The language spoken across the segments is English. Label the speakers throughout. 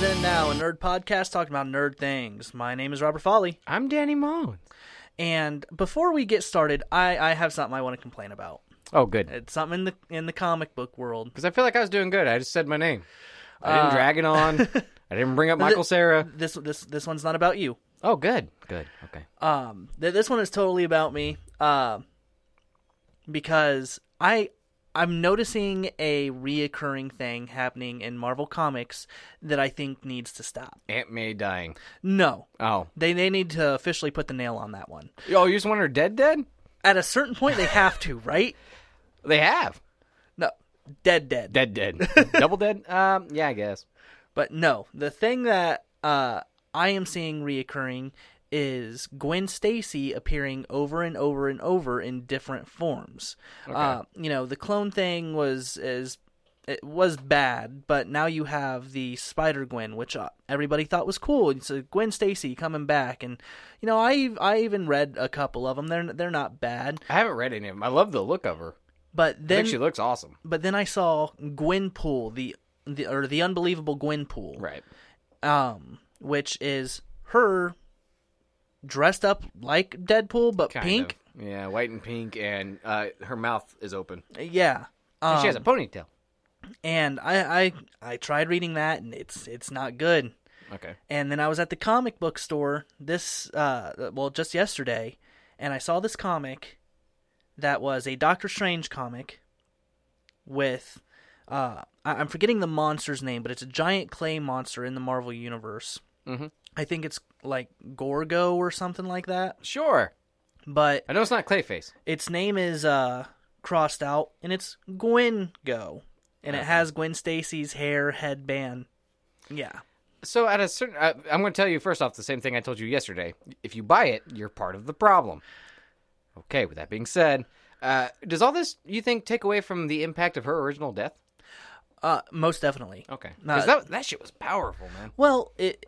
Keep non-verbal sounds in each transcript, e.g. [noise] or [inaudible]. Speaker 1: nerd podcast talking about nerd things. My name is Robert Folly.
Speaker 2: I'm Danny Mullins.
Speaker 1: And before we get started, I, I have something I want to complain about.
Speaker 2: Oh, good.
Speaker 1: It's something in the in the comic book world.
Speaker 2: Because I feel like I was doing good. I just said my name. I didn't drag it [laughs] on. I didn't bring up Michael Sarah.
Speaker 1: This this this one's not about you.
Speaker 2: Oh, good. Good. Okay.
Speaker 1: Um, th- this one is totally about me. Uh, because I I'm noticing a reoccurring thing happening in Marvel Comics that I think needs to stop.
Speaker 2: Aunt May dying.
Speaker 1: No,
Speaker 2: Oh.
Speaker 1: they they need to officially put the nail on that one.
Speaker 2: Oh, you just want her dead dead?
Speaker 1: At a certain point, they have to, right?
Speaker 2: They have.
Speaker 1: No, dead, dead.
Speaker 2: Dead [laughs] dead. Double dead? Um, yeah, I guess.
Speaker 1: But no, the thing that uh, I am seeing reoccurring is Gwen Stacy appearing over and over and over in different forms. Uh, you know, the clone thing was is it was bad, but now you have the Spider Gwen, which uh, everybody thought was cool. It's uh, Gwen Stacy coming back, and you know, I I even read a couple of them. They're they're not bad,
Speaker 2: I haven't read any of them. I love the look of her.
Speaker 1: but
Speaker 2: I
Speaker 1: then
Speaker 2: think she looks awesome.
Speaker 1: but then I saw Gwenpool, the the or the unbelievable Gwenpool,
Speaker 2: Right.
Speaker 1: um, which is her dressed up like Deadpool but pink.
Speaker 2: Yeah, white and pink, and uh, her mouth is open.
Speaker 1: Yeah. Um,
Speaker 2: and she has a ponytail.
Speaker 1: and I, I I tried reading that and it's it's not good.
Speaker 2: Okay.
Speaker 1: And then I was at the comic book store this uh well just yesterday and I saw this comic that was a Doctor Strange comic with uh I- I'm forgetting the monster's name, but it's a giant clay monster in the Marvel universe.
Speaker 2: Mhm.
Speaker 1: I think it's like Gorgo or something like that.
Speaker 2: Sure.
Speaker 1: But
Speaker 2: I know it's not Clayface.
Speaker 1: its name is uh crossed out and it's Gwen Go. And it has Gwen Stacy's hair headband. Yeah.
Speaker 2: So at a certain, uh, I'm going to tell you first off the same thing I told you yesterday. If you buy it, you're part of the problem. Okay. With that being said, uh, does all this you think take away from the impact of her original death?
Speaker 1: Uh most definitely.
Speaker 2: Okay.
Speaker 1: No.
Speaker 2: 'Cause that that shit was powerful, man.
Speaker 1: Well, it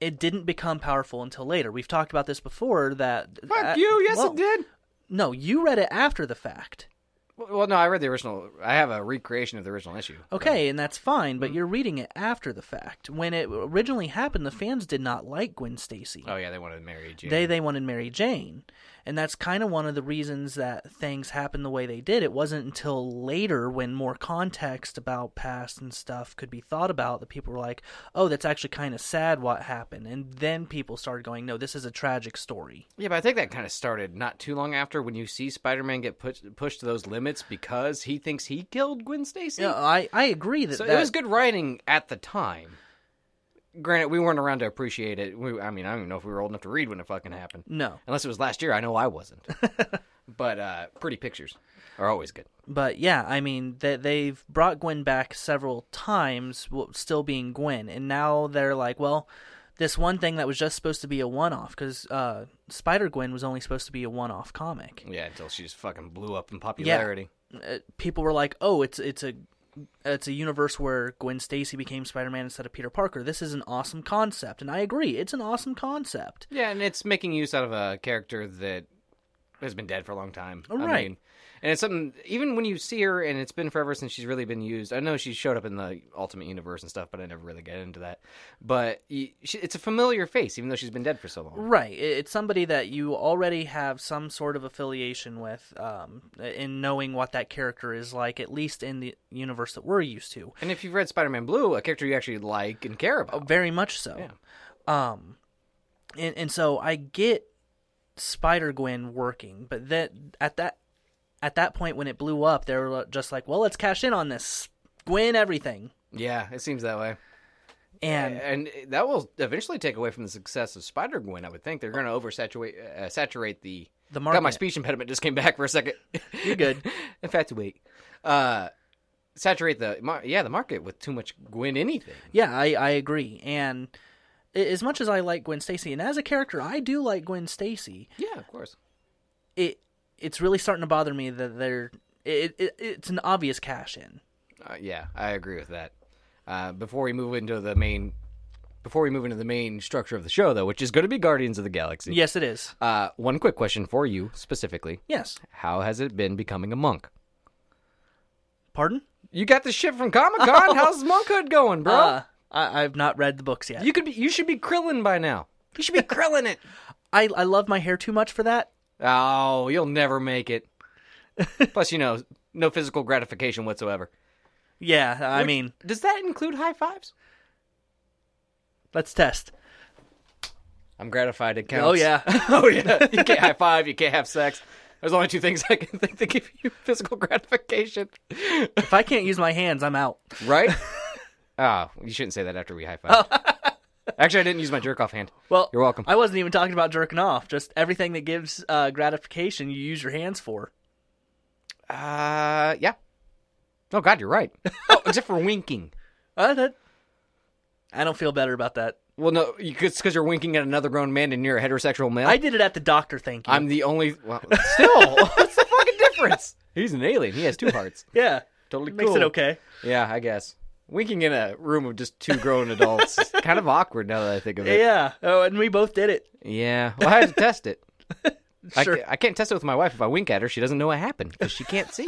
Speaker 1: it didn't become powerful until later. We've talked about this before that
Speaker 2: Fuck
Speaker 1: uh,
Speaker 2: you. Yes,
Speaker 1: well,
Speaker 2: it did.
Speaker 1: No, you read it after the fact.
Speaker 2: Well, no, I read the original. I have a recreation of the original issue.
Speaker 1: Okay, and that's fine,
Speaker 2: Mm-hmm.
Speaker 1: but you're reading it after the fact. When it originally happened, the fans did not like Gwen Stacy.
Speaker 2: Oh yeah, they wanted to marry Jane.
Speaker 1: they they wanted Mary Jane, and that's kind of one of the reasons that things happened the way they did. It wasn't until later, when more context about past and stuff could be thought about, that people were like, "Oh, that's actually kind of sad what happened," and then people started going, "No, this is a tragic story."
Speaker 2: Yeah, but I think that kind of started not too long after when you see Spider-Man get push, pushed to those limits because he thinks he killed Gwen Stacy.
Speaker 1: No, I I agree that,
Speaker 2: so
Speaker 1: that-
Speaker 2: it was good writing at the time. Granted, we weren't around to appreciate it. We, I mean, I don't even know if we were old enough to read when it fucking happened.
Speaker 1: No,
Speaker 2: Unless it was last year, I know I [laughs] wasn't. but uh, pretty pictures are always good.
Speaker 1: but yeah, I mean that they've brought Gwen back several times, while still being Gwen, and now they're like, well, this one thing that was just supposed to be a one-off because uh, Spider Gwen was only supposed to be a one-off comic.
Speaker 2: Yeah, until she just fucking blew up in popularity.
Speaker 1: Uh, people were like, oh, it's it's a it's a universe where Gwen Stacy became Spider-Man instead of Peter Parker. This is an awesome concept, and I agree, it's an awesome concept.
Speaker 2: Yeah. and it's making use out of a character that has been dead for a long time. I
Speaker 1: Right.
Speaker 2: mean, and it's something, even when you see her and it's been forever since she's really been used. I know she showed up in the Ultimate Universe and stuff, but I never really get into that. But y she, it's a familiar face, even though she's been dead for so long.
Speaker 1: Right. It- It's somebody that you already have some sort of affiliation with um, in knowing what that character is like, at least in the universe that we're used to. Uh,
Speaker 2: And if you've read Spider-Man Blue, a character you actually like and care about.
Speaker 1: Very much so. Um, and, and so I get Spider Gwen working, but that at that at that point when it blew up, they were just like, "Well, let's cash in on this Gwen everything."
Speaker 2: Yeah, it seems that way.
Speaker 1: And
Speaker 2: And that will eventually take away from the success of Spider Gwen. I would think they're going to oversaturate uh, saturate the.
Speaker 1: The
Speaker 2: God, my
Speaker 1: market.
Speaker 2: speech impediment just came back for a second.
Speaker 1: You're
Speaker 2: [laughs]
Speaker 1: good.
Speaker 2: Infatuate. Uh, saturate the mar- yeah the market with too much Gwen anything.
Speaker 1: Yeah, I, I agree. And a- as much as I like Gwen Stacy, and as a character, I do like Gwen Stacy.
Speaker 2: Yeah, of course.
Speaker 1: It it's really starting to bother me that they're it, it it's an obvious cash in.
Speaker 2: Uh, yeah, I agree with that. Uh, before we move into the main, before we move into the main structure of the show though, which is going to be Guardians of the Galaxy.
Speaker 1: Yes, it is.
Speaker 2: Uh, one quick question for you specifically:
Speaker 1: Yes.
Speaker 2: How has it been becoming a monk?
Speaker 1: Pardon?
Speaker 2: [laughs] Oh. You got the shit from Comic Con. How's monkhood going, bro?
Speaker 1: Uh, I, I've not read the books yet.
Speaker 2: You could be. You should be Krillin by now. You should be Krillin it.
Speaker 1: I, I love my hair too much for that.
Speaker 2: [laughs] Oh, you'll never make it. Plus, you know, no physical gratification whatsoever.
Speaker 1: Yeah, I
Speaker 2: Which-
Speaker 1: mean,
Speaker 2: Does that include high fives?
Speaker 1: let's test.
Speaker 2: I'm gratified. It counts.
Speaker 1: Oh [laughs] yeah,
Speaker 2: oh yeah. [laughs] You can't high five. You can't have sex. There's only two things [laughs] I can think that give you physical gratification.
Speaker 1: if I can't use my hands, I'm out.
Speaker 2: [laughs] Right? oh, you shouldn't say that after we high five. Actually, I didn't use my jerk off hand.
Speaker 1: Well,
Speaker 2: You're welcome.
Speaker 1: I wasn't even talking about jerking off. Just everything that gives uh, gratification, you use your hands for.
Speaker 2: Uh, yeah. Oh God, you're right. [laughs] oh, except for winking.
Speaker 1: Uh, that, I don't feel better about that.
Speaker 2: Well, no, you, it's because you're winking at another grown man and you're a heterosexual male.
Speaker 1: I did it at the doctor. Thank you.
Speaker 2: I'm the only. Well, [laughs] still, what's the fucking difference? He's an alien. He has two hearts.
Speaker 1: yeah,
Speaker 2: Totally
Speaker 1: makes it
Speaker 2: cool.
Speaker 1: okay.
Speaker 2: Yeah, I guess. Winking in a room of just two grown adults is kind of awkward now that I think of it.
Speaker 1: Yeah. Oh, and we both did it.
Speaker 2: Yeah. Well, I had to
Speaker 1: [laughs]
Speaker 2: test it. I,
Speaker 1: Sure.
Speaker 2: ca- I can't test it with my wife. If I wink at her, she doesn't know what happened because she can't
Speaker 1: [laughs]
Speaker 2: see.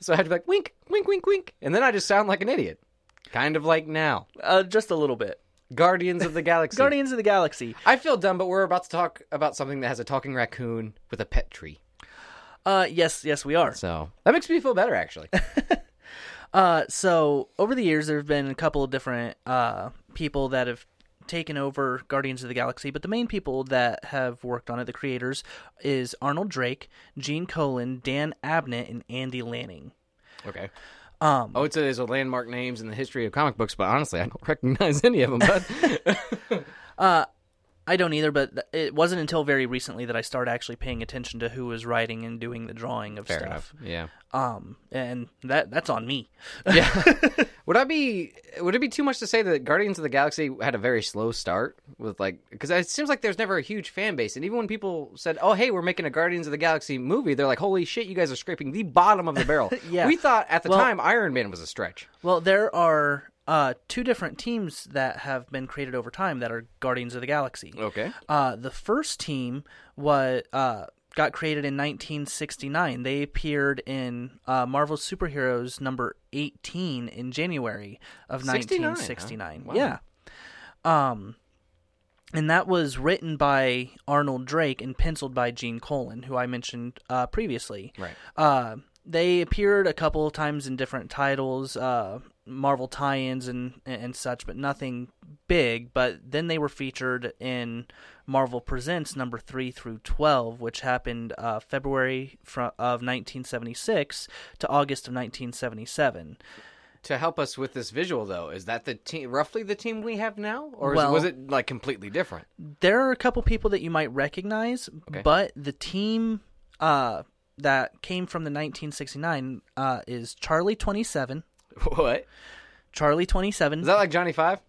Speaker 2: so I had to be like, wink, wink, wink, wink. And then I just sound like an idiot. Kind of like now.
Speaker 1: Uh, just a little bit.
Speaker 2: Guardians of the Galaxy.
Speaker 1: Guardians of the Galaxy.
Speaker 2: I feel dumb, but we're about to talk about something that has a talking raccoon with a pet tree.
Speaker 1: Uh, yes, yes, we are.
Speaker 2: So that makes me feel better, actually.
Speaker 1: Uh, so over the years, there have been a couple of different uh, people that have taken over Guardians of the Galaxy, but the main people that have worked on it, the creators, is Arnold Drake, Gene Colan, Dan Abnett, and Andy Lanning.
Speaker 2: [laughs] okay.
Speaker 1: Um,
Speaker 2: Oh, it's those are landmark names in the history of comic books, but honestly, I don't [laughs] recognize any of them. But
Speaker 1: I don't either, but th- it wasn't until very recently that I started actually paying attention to who was writing and doing the drawing of
Speaker 2: [laughs] fair
Speaker 1: stuff.
Speaker 2: enough. [laughs] Yeah.
Speaker 1: Um, and that that's on me. [laughs]
Speaker 2: [laughs] Would I be? Would it be too much to say that Guardians of the Galaxy had a very slow start with like? Because it seems like there's never a huge fan base, and even when people said, "Oh, hey, we're making a Guardians of the Galaxy movie," they're like, "Holy shit, you guys are scraping the bottom of the barrel."
Speaker 1: [laughs] Yeah.
Speaker 2: We thought at the
Speaker 1: Well-
Speaker 2: time Iron Man was a stretch.
Speaker 1: Well, there are uh, two different teams that have been created over time that are Guardians of the Galaxy.
Speaker 2: Okay.
Speaker 1: Uh, the first team was uh, got created in 1969. They appeared in uh, Marvel Superheroes number 18 in January of
Speaker 2: 69, huh?
Speaker 1: 1969.
Speaker 2: Wow.
Speaker 1: Yeah. Um, and that was written by Arnold Drake and penciled by Gene Colan, who I mentioned uh, previously.
Speaker 2: Right.
Speaker 1: Uh, they appeared a couple of times in different titles, uh, Marvel tie-ins and and such, but nothing big. But then they were featured in Marvel Presents number three through twelve, which happened uh, February fro- of 1976 to August of 1977.
Speaker 2: To help us with this visual, though, is that the team roughly the team we have now, or is-
Speaker 1: Well-
Speaker 2: was it like completely different?
Speaker 1: there are a couple people that you might recognize,
Speaker 2: Okay.
Speaker 1: but the team uh, that came from the 1969 uh, is Charlie 27.
Speaker 2: [laughs] What
Speaker 1: Charlie
Speaker 2: is
Speaker 1: 27.
Speaker 2: that like Johnny Five,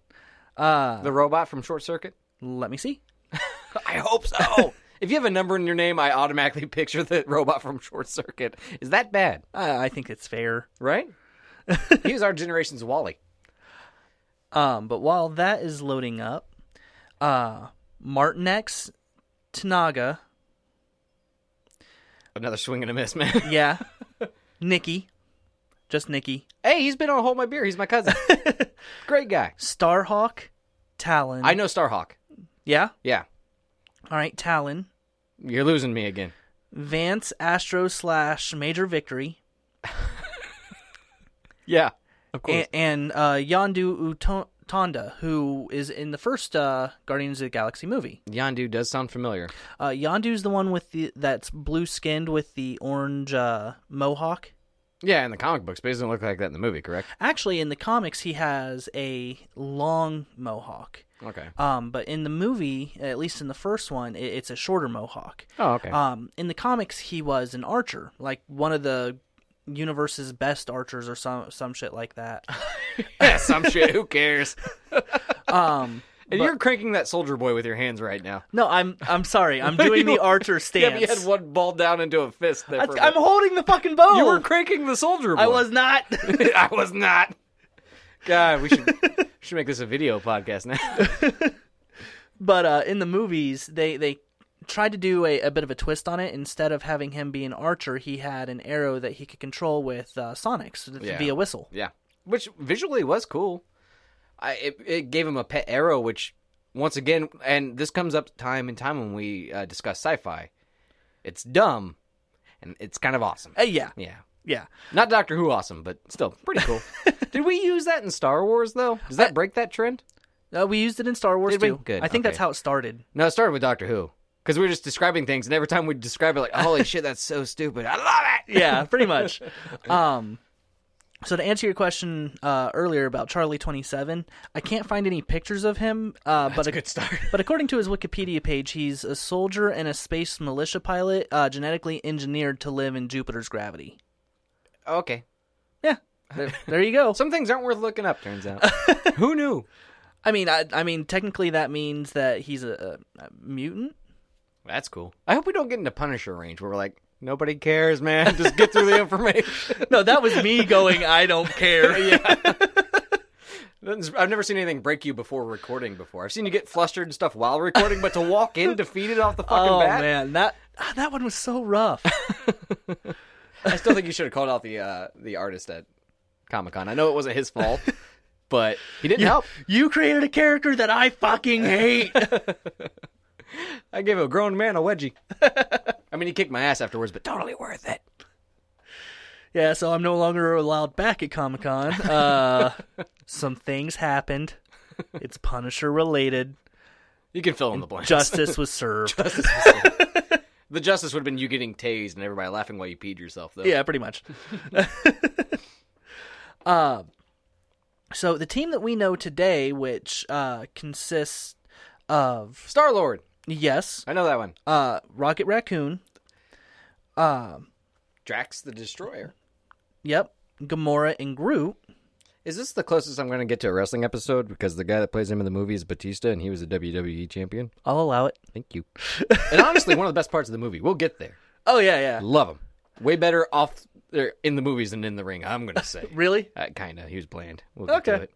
Speaker 1: Uh,
Speaker 2: the robot from Short Circuit?
Speaker 1: let me see.
Speaker 2: [laughs] I hope so. [laughs] if you have a number in your name, I automatically [laughs] picture the robot from Short Circuit. Is that bad?
Speaker 1: Uh, I think it's fair.
Speaker 2: [laughs] Right? he was our generation's Wally.
Speaker 1: Um, but while that is loading up, uh, Martin X Tanaga,
Speaker 2: Another swing and a miss, man. [laughs]
Speaker 1: yeah, Nikki, just Nikki,
Speaker 2: hey, he's been on Hold My Beer. He's my [laughs] cousin. Great guy.
Speaker 1: Starhawk, Talon.
Speaker 2: I know Starhawk.
Speaker 1: Yeah.
Speaker 2: Yeah.
Speaker 1: All right, Talon,
Speaker 2: You're losing me again.
Speaker 1: Vance Astro slash Major Victory.
Speaker 2: Yeah. Of
Speaker 1: and, and uh, Yondu Utonda, who is in the first uh, Guardians of the Galaxy movie.
Speaker 2: Yandu does sound familiar.
Speaker 1: Uh, Yondu's the one with the that's blue skinned with the orange uh, mohawk.
Speaker 2: Yeah, in the comic books, but he doesn't look like that in the movie, correct?
Speaker 1: Actually, in the comics, he has a long mohawk.
Speaker 2: Okay.
Speaker 1: Um, but in the movie, at least in the first one, it, it's a shorter mohawk.
Speaker 2: Oh, okay. [laughs]
Speaker 1: Um, in the comics, he was an archer, like one of the universe's best archers or some some shit like
Speaker 2: [laughs]
Speaker 1: that.
Speaker 2: yeah, some shit.
Speaker 1: [laughs]
Speaker 2: Who cares?
Speaker 1: Um,
Speaker 2: And you're cranking that soldier boy with your hands right now.
Speaker 1: no, I'm I'm sorry, I'm doing the archer
Speaker 2: Yeah,
Speaker 1: stance.
Speaker 2: but [laughs] you had one ball down into a fist there.
Speaker 1: I
Speaker 2: for a
Speaker 1: th- I'm
Speaker 2: minute.
Speaker 1: holding the fucking bow.
Speaker 2: You were cranking the soldier boy.
Speaker 1: I was not. [laughs]
Speaker 2: [laughs] I was not. God, we should should make this a video podcast now. [laughs]
Speaker 1: but uh, in the movies, they they tried to do a, a bit of a twist on it. Instead of having him be an archer, he had an arrow that he could control with uh, Sonics
Speaker 2: Yeah.
Speaker 1: via whistle.
Speaker 2: yeah, which visually was cool. I it, it gave him a pet arrow, which once again, and this comes up time and time when we uh, discuss sci-fi. It's dumb, and it's kind of awesome.
Speaker 1: Uh, yeah,
Speaker 2: Yeah,
Speaker 1: yeah.
Speaker 2: not Doctor Who awesome, but still pretty cool. Did we use that in Star Wars though? Does that break that trend?
Speaker 1: Uh, we used it in Star Wars
Speaker 2: Did we?
Speaker 1: too.
Speaker 2: Good,
Speaker 1: I think that's
Speaker 2: okay.
Speaker 1: how it started.
Speaker 2: No, it started with Doctor Who because we were just describing things, and every time we describe it, like, holy shit, that's so stupid. I love it.
Speaker 1: yeah, [laughs] pretty
Speaker 2: [laughs]
Speaker 1: much. Um, so to answer your question uh, earlier about Charlie Twenty Seven, I can't find any pictures of him. Uh, but
Speaker 2: good start.
Speaker 1: but according to his Wikipedia page, he's a soldier and a space militia pilot, uh, genetically engineered to live in Jupiter's gravity.
Speaker 2: Oh, Okay,
Speaker 1: Yeah, [laughs] there, there you go.
Speaker 2: some things aren't worth looking up. Turns out, who knew?
Speaker 1: I mean, I, I mean, technically that means that he's a, a, a mutant.
Speaker 2: That's cool. I hope we don't get into Punisher range where we're like, nobody cares, man. Just get through the
Speaker 1: [laughs]
Speaker 2: information.
Speaker 1: [laughs] No, that was me going. I don't [laughs] care.
Speaker 2: I've never seen anything break you before recording before. I've seen you get flustered and stuff while recording, but to walk in defeated off the fucking
Speaker 1: Oh
Speaker 2: bat,
Speaker 1: man, that ah, that one was so rough. [laughs]
Speaker 2: I still think you should have called out the uh, the artist at Comic Con. I know it wasn't his [laughs] fault, but he didn't help.
Speaker 1: You created a character that I fucking [laughs] hate.
Speaker 2: I gave a grown man a wedgie. [laughs] I mean, he kicked my ass afterwards, but totally worth it.
Speaker 1: Yeah, so I'm no longer allowed back at Comic Con. [laughs] Uh, some things happened. It's Punisher related.
Speaker 2: You can fill in the blanks.
Speaker 1: Justice was served.
Speaker 2: the justice would have been you getting tased and everybody laughing while you peed yourself, though.
Speaker 1: Yeah, pretty much. [laughs] um, so the team that we know today, which uh, consists of
Speaker 2: Star Lord.
Speaker 1: yes,
Speaker 2: I know that one.
Speaker 1: uh, Rocket Raccoon.
Speaker 2: Drax the Destroyer.
Speaker 1: Yep, Gamora and Groot.
Speaker 2: Is this the closest I'm going to get to a wrestling episode? Because the guy that plays him in the movie is Batista, and he was a WWE champion.
Speaker 1: I'll allow it.
Speaker 2: Thank you. and honestly, one of the best parts of the movie. We'll get there.
Speaker 1: Oh yeah, yeah.
Speaker 2: Love him. Way better off there in the movies than in the ring. I'm going to say.
Speaker 1: [laughs] Really?
Speaker 2: uh, kind of. He was bland. We'll get
Speaker 1: Okay.
Speaker 2: to it.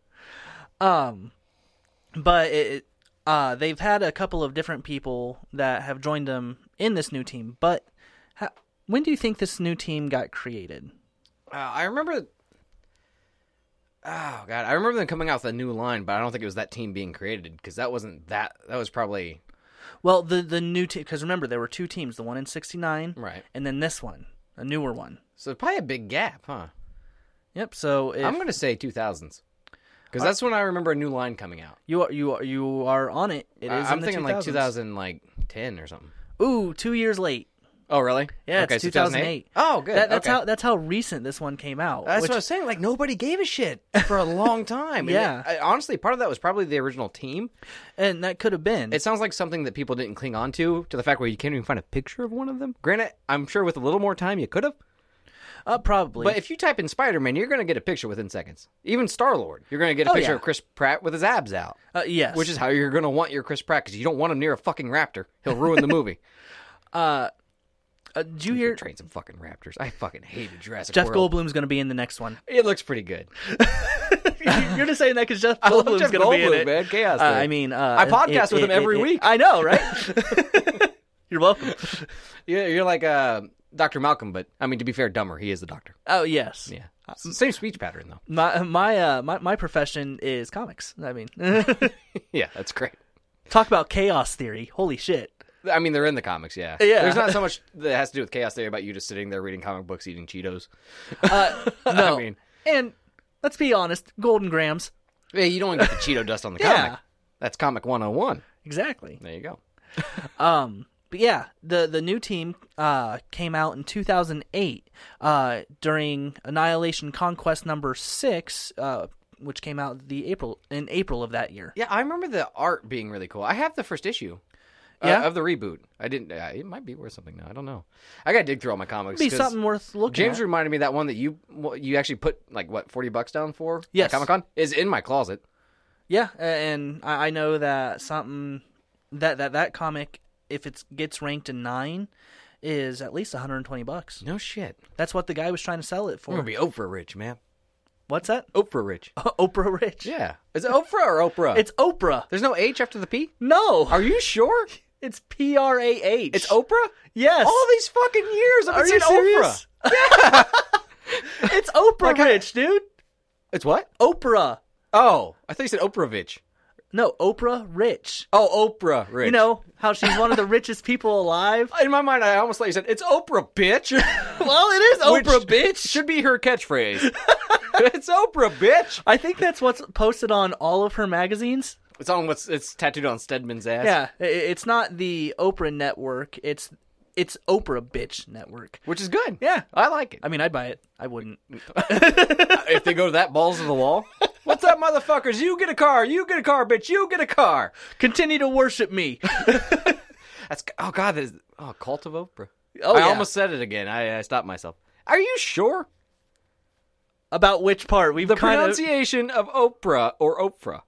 Speaker 1: Um, but it, it- uh, they've had a couple of different people that have joined them in this new team. But how, when do you think this new team got created?
Speaker 2: Uh, I remember. Oh god, I remember them coming out with a new line, but I don't think it was that team being created because that wasn't that. That was probably
Speaker 1: Well, the the new team because remember there were two teams, the one in '69,
Speaker 2: right.
Speaker 1: and then this one, a newer one.
Speaker 2: So probably a big gap, huh?
Speaker 1: Yep. So if
Speaker 2: I'm going to say 2000s
Speaker 1: Uh,
Speaker 2: because that's when I remember a new line coming out.
Speaker 1: you are you are you are on it, it is.
Speaker 2: I- I'm
Speaker 1: in the
Speaker 2: thinking
Speaker 1: 2000s.
Speaker 2: like 2000, like 10 or something.
Speaker 1: Ooh, two years late.
Speaker 2: Oh, really?
Speaker 1: Yeah, it's 2008.
Speaker 2: Oh, good.
Speaker 1: That, that's
Speaker 2: Okay.
Speaker 1: how that's how recent this one came out.
Speaker 2: That's
Speaker 1: which-
Speaker 2: what I was saying. Like nobody gave a shit for a long
Speaker 1: [laughs]
Speaker 2: time. And
Speaker 1: Yeah.
Speaker 2: I- honestly, part of that was probably the original team.
Speaker 1: and that could have been.
Speaker 2: It sounds like something that people didn't cling on to, to the fact where you can't even find a picture of one of them. Granted, I'm sure with a little more time you could have.
Speaker 1: uh, probably.
Speaker 2: But if you type in Spider Man, you're going to get a picture within seconds. Even Star Lord, you're going to get a
Speaker 1: Oh,
Speaker 2: picture
Speaker 1: yeah.
Speaker 2: of Chris Pratt with his abs out,
Speaker 1: uh, yes.
Speaker 2: which is how you're going to want your Chris Pratt because you don't want him near a fucking raptor. He'll ruin
Speaker 1: [laughs]
Speaker 2: the movie.
Speaker 1: uh, did you hear?
Speaker 2: Train some fucking raptors. I fucking hated Jurassic
Speaker 1: Jeff
Speaker 2: World.
Speaker 1: Goldblum's going to be in the next
Speaker 2: [laughs]
Speaker 1: one.
Speaker 2: It looks pretty good.
Speaker 1: [laughs] You're just saying that because Jeff
Speaker 2: love
Speaker 1: Goldblum's
Speaker 2: Jeff
Speaker 1: going to be in
Speaker 2: Goldblum,
Speaker 1: it.
Speaker 2: man. Chaos
Speaker 1: Uh,
Speaker 2: theory.
Speaker 1: I mean, uh,
Speaker 2: I podcast with him every week.
Speaker 1: I know, right?
Speaker 2: [laughs]
Speaker 1: [laughs] You're welcome.
Speaker 2: You're, you're like uh, Dr. Malcolm, but I mean, to be fair, dumber. He is the doctor.
Speaker 1: Oh yes.
Speaker 2: Yeah. Same speech pattern, though.
Speaker 1: My my uh, my my profession is comics. I mean, [laughs]
Speaker 2: Yeah, that's great.
Speaker 1: talk about chaos theory. Holy shit.
Speaker 2: I mean, they're in the comics, yeah.
Speaker 1: Yeah.
Speaker 2: There's not so much that has to do with chaos theory about you just sitting there reading comic books, eating [laughs] Cheetos.
Speaker 1: Uh, no.
Speaker 2: I mean,
Speaker 1: and let's be honest, Golden Grams.
Speaker 2: hey, you don't even get the Cheeto dust on the
Speaker 1: Yeah.
Speaker 2: comic. That's comic 101.
Speaker 1: Exactly.
Speaker 2: There you go.
Speaker 1: Um, but yeah, the the new team uh, came out in 2008 uh, during Annihilation Conquest number six, uh, which came out the April in April of that year.
Speaker 2: Yeah, I remember the art being really cool. I have the first issue. uh,
Speaker 1: Yeah?
Speaker 2: of the reboot. I didn't. Uh, it might be worth something now. I don't know. I gotta dig through all my comics.
Speaker 1: Be
Speaker 2: 'cause
Speaker 1: something worth looking
Speaker 2: James
Speaker 1: at.
Speaker 2: reminded me that one that you what, you actually put like what forty bucks down for.
Speaker 1: Yes.
Speaker 2: Comic Con is in my closet.
Speaker 1: Yeah, a- and I, I know that something that that that comic, if it gets ranked in nine, is at least 120 bucks.
Speaker 2: No shit.
Speaker 1: That's what the guy was trying to sell it
Speaker 2: I'm
Speaker 1: for.
Speaker 2: gonna be Oprah rich, man.
Speaker 1: What's that? [laughs]
Speaker 2: Oprah rich.
Speaker 1: Oprah Rich.
Speaker 2: Yeah. Is it Oprah or Oprah?
Speaker 1: It's Oprah.
Speaker 2: There's no H after the P.
Speaker 1: No,
Speaker 2: Are you sure?
Speaker 1: it's P R A H.
Speaker 2: It's Oprah.
Speaker 1: Yes.
Speaker 2: All these fucking years, I've been
Speaker 1: Are you
Speaker 2: saying Oprah.
Speaker 1: serious? [laughs] it's Oprah
Speaker 2: Like, I-
Speaker 1: Rich, dude.
Speaker 2: It's what?
Speaker 1: Oprah.
Speaker 2: Oh, I thought you said Oprahovich.
Speaker 1: No, Oprah Rich.
Speaker 2: Oh, Oprah. Rich.
Speaker 1: You know how she's one of the richest people alive.
Speaker 2: in my mind, I almost thought you said it's Oprah, bitch.
Speaker 1: [laughs] Well, it is
Speaker 2: Which
Speaker 1: Oprah, bitch.
Speaker 2: Should be
Speaker 1: [laughs]
Speaker 2: her catchphrase. [laughs] it's Oprah, bitch.
Speaker 1: I think that's what's posted on all of her magazines.
Speaker 2: It's on what's it's tattooed on Stedman's ass.
Speaker 1: Yeah, i- i- it's not the Oprah Network. It's it's Oprah Bitch Network.
Speaker 2: which is good.
Speaker 1: Yeah,
Speaker 2: I like it.
Speaker 1: I mean, I'd buy it. I wouldn't.
Speaker 2: [laughs] if they go to that balls of the wall, what's up, motherfuckers? You get a car. You get a car, bitch. You get a car.
Speaker 1: Continue to worship me.
Speaker 2: That's oh god, that is oh cult of Oprah.
Speaker 1: Oh,
Speaker 2: I
Speaker 1: yeah.
Speaker 2: almost said it again. I, I stopped myself. Are you sure?
Speaker 1: [laughs] About which part? We've
Speaker 2: The
Speaker 1: kind of.
Speaker 2: pronunciation of Oprah or Oprah.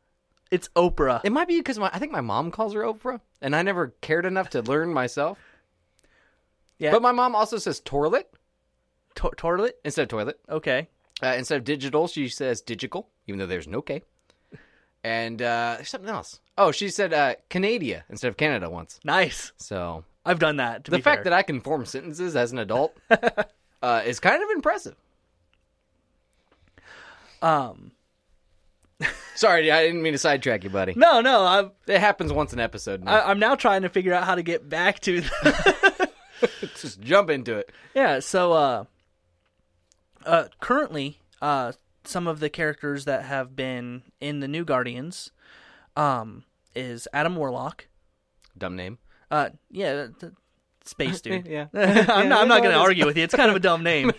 Speaker 1: It's Oprah.
Speaker 2: It might be because I think my mom calls her Oprah, and I never cared enough to learn myself.
Speaker 1: Yeah.
Speaker 2: But my mom also says toilet
Speaker 1: To- toilet.
Speaker 2: instead of toilet.
Speaker 1: Okay.
Speaker 2: Uh, instead of digital, she says digital, even though there's no K. And uh, there's something else. Oh, she said uh, Canada instead of Canada once.
Speaker 1: Nice.
Speaker 2: So
Speaker 1: I've done that. To
Speaker 2: the fact that I can form sentences as an
Speaker 1: [laughs]
Speaker 2: adult uh, is kind of impressive.
Speaker 1: um.
Speaker 2: Sorry, I didn't mean to sidetrack you, buddy.
Speaker 1: No, Uh, no. I've,
Speaker 2: It happens once an episode. Man.
Speaker 1: I, I'm now trying to figure out how to get back to.
Speaker 2: [laughs] Just jump into it.
Speaker 1: Yeah, so uh uh currently uh some of the characters that have been in the new Guardians um is Adam Warlock.
Speaker 2: Dumb name.
Speaker 1: Uh yeah, th- th-
Speaker 2: [laughs]
Speaker 1: space dude.
Speaker 2: Yeah.
Speaker 1: [laughs] I'm not, I'm not going
Speaker 2: it
Speaker 1: to
Speaker 2: is.
Speaker 1: argue with you. It's kind of a
Speaker 2: [laughs]
Speaker 1: dumb name.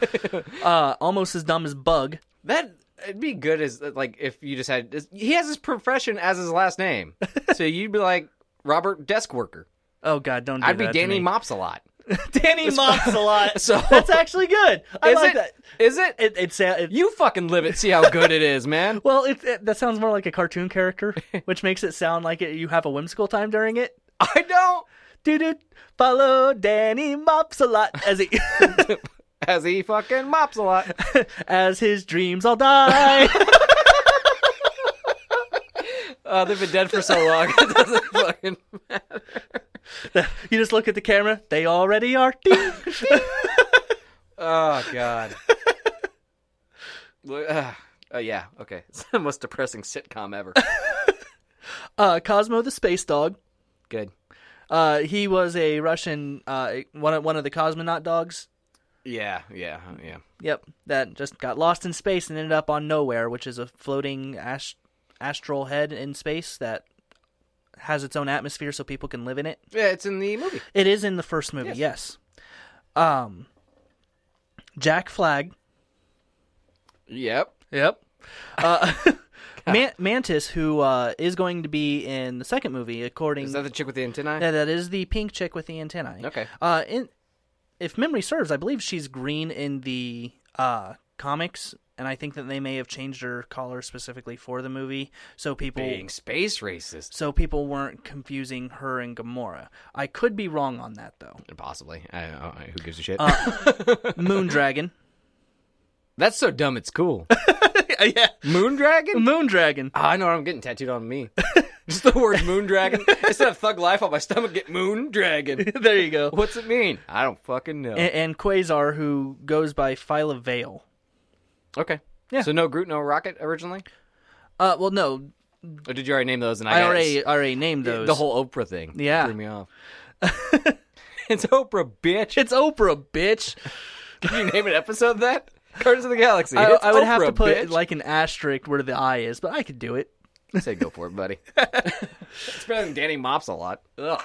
Speaker 1: uh almost as dumb as Bug.
Speaker 2: That it'd be good as like if you just had he has his profession as his last name, so you'd be like Robert desk worker.
Speaker 1: Oh god, don't do
Speaker 2: I'd be
Speaker 1: that to
Speaker 2: Danny
Speaker 1: me.
Speaker 2: Mops a lot.
Speaker 1: [laughs]
Speaker 2: [laughs]
Speaker 1: Danny Mops a lot.
Speaker 2: So-
Speaker 1: that's actually good. I
Speaker 2: Is
Speaker 1: like
Speaker 2: it?
Speaker 1: that.
Speaker 2: Is it?
Speaker 1: It it's it,
Speaker 2: You fucking live it. See how good it is, man.
Speaker 1: well, it, it that sounds more like a cartoon character, [laughs] which makes it sound like it, you have a whimsical time during it.
Speaker 2: [laughs] I don't.
Speaker 1: do do follow Danny mops a lot as he [laughs]
Speaker 2: As he fucking mops a lot.
Speaker 1: as his dreams all die. [laughs]
Speaker 2: Uh, they've been dead for so long. [laughs] It doesn't fucking.
Speaker 1: you just look at the camera; they already are. Ding. [laughs]
Speaker 2: Oh god. Uh, yeah. Okay. It's the most depressing sitcom ever.
Speaker 1: uh, Cosmo the space dog.
Speaker 2: Good.
Speaker 1: Uh, he was a Russian uh, one of one of the cosmonaut dogs.
Speaker 2: Yeah. Yeah. Yeah.
Speaker 1: Yep, that just got lost in space and ended up on nowhere, which is a floating ast- astral head in space that has its own atmosphere, so people can live in it.
Speaker 2: Yeah. It's in the movie.
Speaker 1: It is in the first movie, yes. Um, Jack Flag.
Speaker 2: Yep.
Speaker 1: Yep. Uh, [laughs] Man- Mantis, who uh, is going to be in the second movie, according
Speaker 2: Is that the chick with the antennae?
Speaker 1: Yeah, that is the pink chick with the antennae.
Speaker 2: Okay.
Speaker 1: Uh, in if memory serves, I believe she's green in the uh, comics, and I think that they may have changed her color specifically for the movie, so people
Speaker 2: Being space racist.
Speaker 1: so people weren't confusing her and Gamora. I could be wrong on that though.
Speaker 2: Possibly. I don't know. Who gives a
Speaker 1: [laughs]
Speaker 2: shit?
Speaker 1: Moondragon.
Speaker 2: That's so dumb. It's cool.
Speaker 1: yeah.
Speaker 2: Moondragon.
Speaker 1: Moondragon.
Speaker 2: Oh, I know what I'm getting tattooed on me. Just the word Moondragon. Instead of Thug Life on my stomach, get Moondragon.
Speaker 1: [laughs] there you go.
Speaker 2: What's it mean? I don't fucking know.
Speaker 1: and, and Quasar, who goes by Phyla Vale.
Speaker 2: okay.
Speaker 1: Yeah.
Speaker 2: So no Groot, no Rocket originally?
Speaker 1: Uh, well, no,
Speaker 2: Or did you already name those? And I,
Speaker 1: I
Speaker 2: got-
Speaker 1: already already named those.
Speaker 2: the whole Oprah thing.
Speaker 1: Yeah.
Speaker 2: threw
Speaker 1: [laughs]
Speaker 2: me off. it's Oprah, bitch.
Speaker 1: it's Oprah, [laughs] bitch.
Speaker 2: Did you name an episode
Speaker 1: [laughs]
Speaker 2: that? Guardians of the Galaxy.
Speaker 1: I,
Speaker 2: It's
Speaker 1: I would have
Speaker 2: Oprah,
Speaker 1: to put
Speaker 2: bitch.
Speaker 1: like an asterisk where the I is, but I could do it.
Speaker 2: I [laughs] say go for
Speaker 1: [laughs]
Speaker 2: it, buddy. it's better than Danny Mops a lot. Ugh.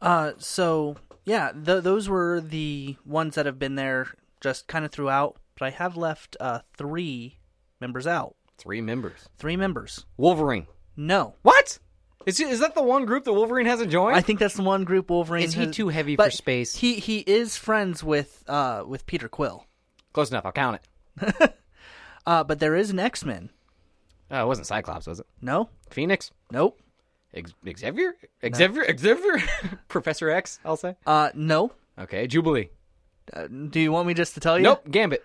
Speaker 1: Uh, so yeah, th- those were the ones that have been there just kind of throughout. But I have left uh three members out.
Speaker 2: Three members.
Speaker 1: Three members.
Speaker 2: Wolverine.
Speaker 1: No,
Speaker 2: What? Is is that the one group that Wolverine hasn't joined?
Speaker 1: I think that's the one group Wolverine.
Speaker 2: Is he
Speaker 1: has-
Speaker 2: too heavy
Speaker 1: but
Speaker 2: for space?
Speaker 1: He he is friends with uh with Peter Quill.
Speaker 2: Close enough. I'll count it.
Speaker 1: Uh, but there is an X Men.
Speaker 2: Oh, it wasn't Cyclops, was it?
Speaker 1: No,
Speaker 2: Phoenix,
Speaker 1: nope.
Speaker 2: Ex- Xavier, Xavier, Xavier, [laughs] Professor X. I'll say.
Speaker 1: Uh, no.
Speaker 2: Okay, Jubilee.
Speaker 1: Uh, do you want me just to tell you?
Speaker 2: Nope, Gambit,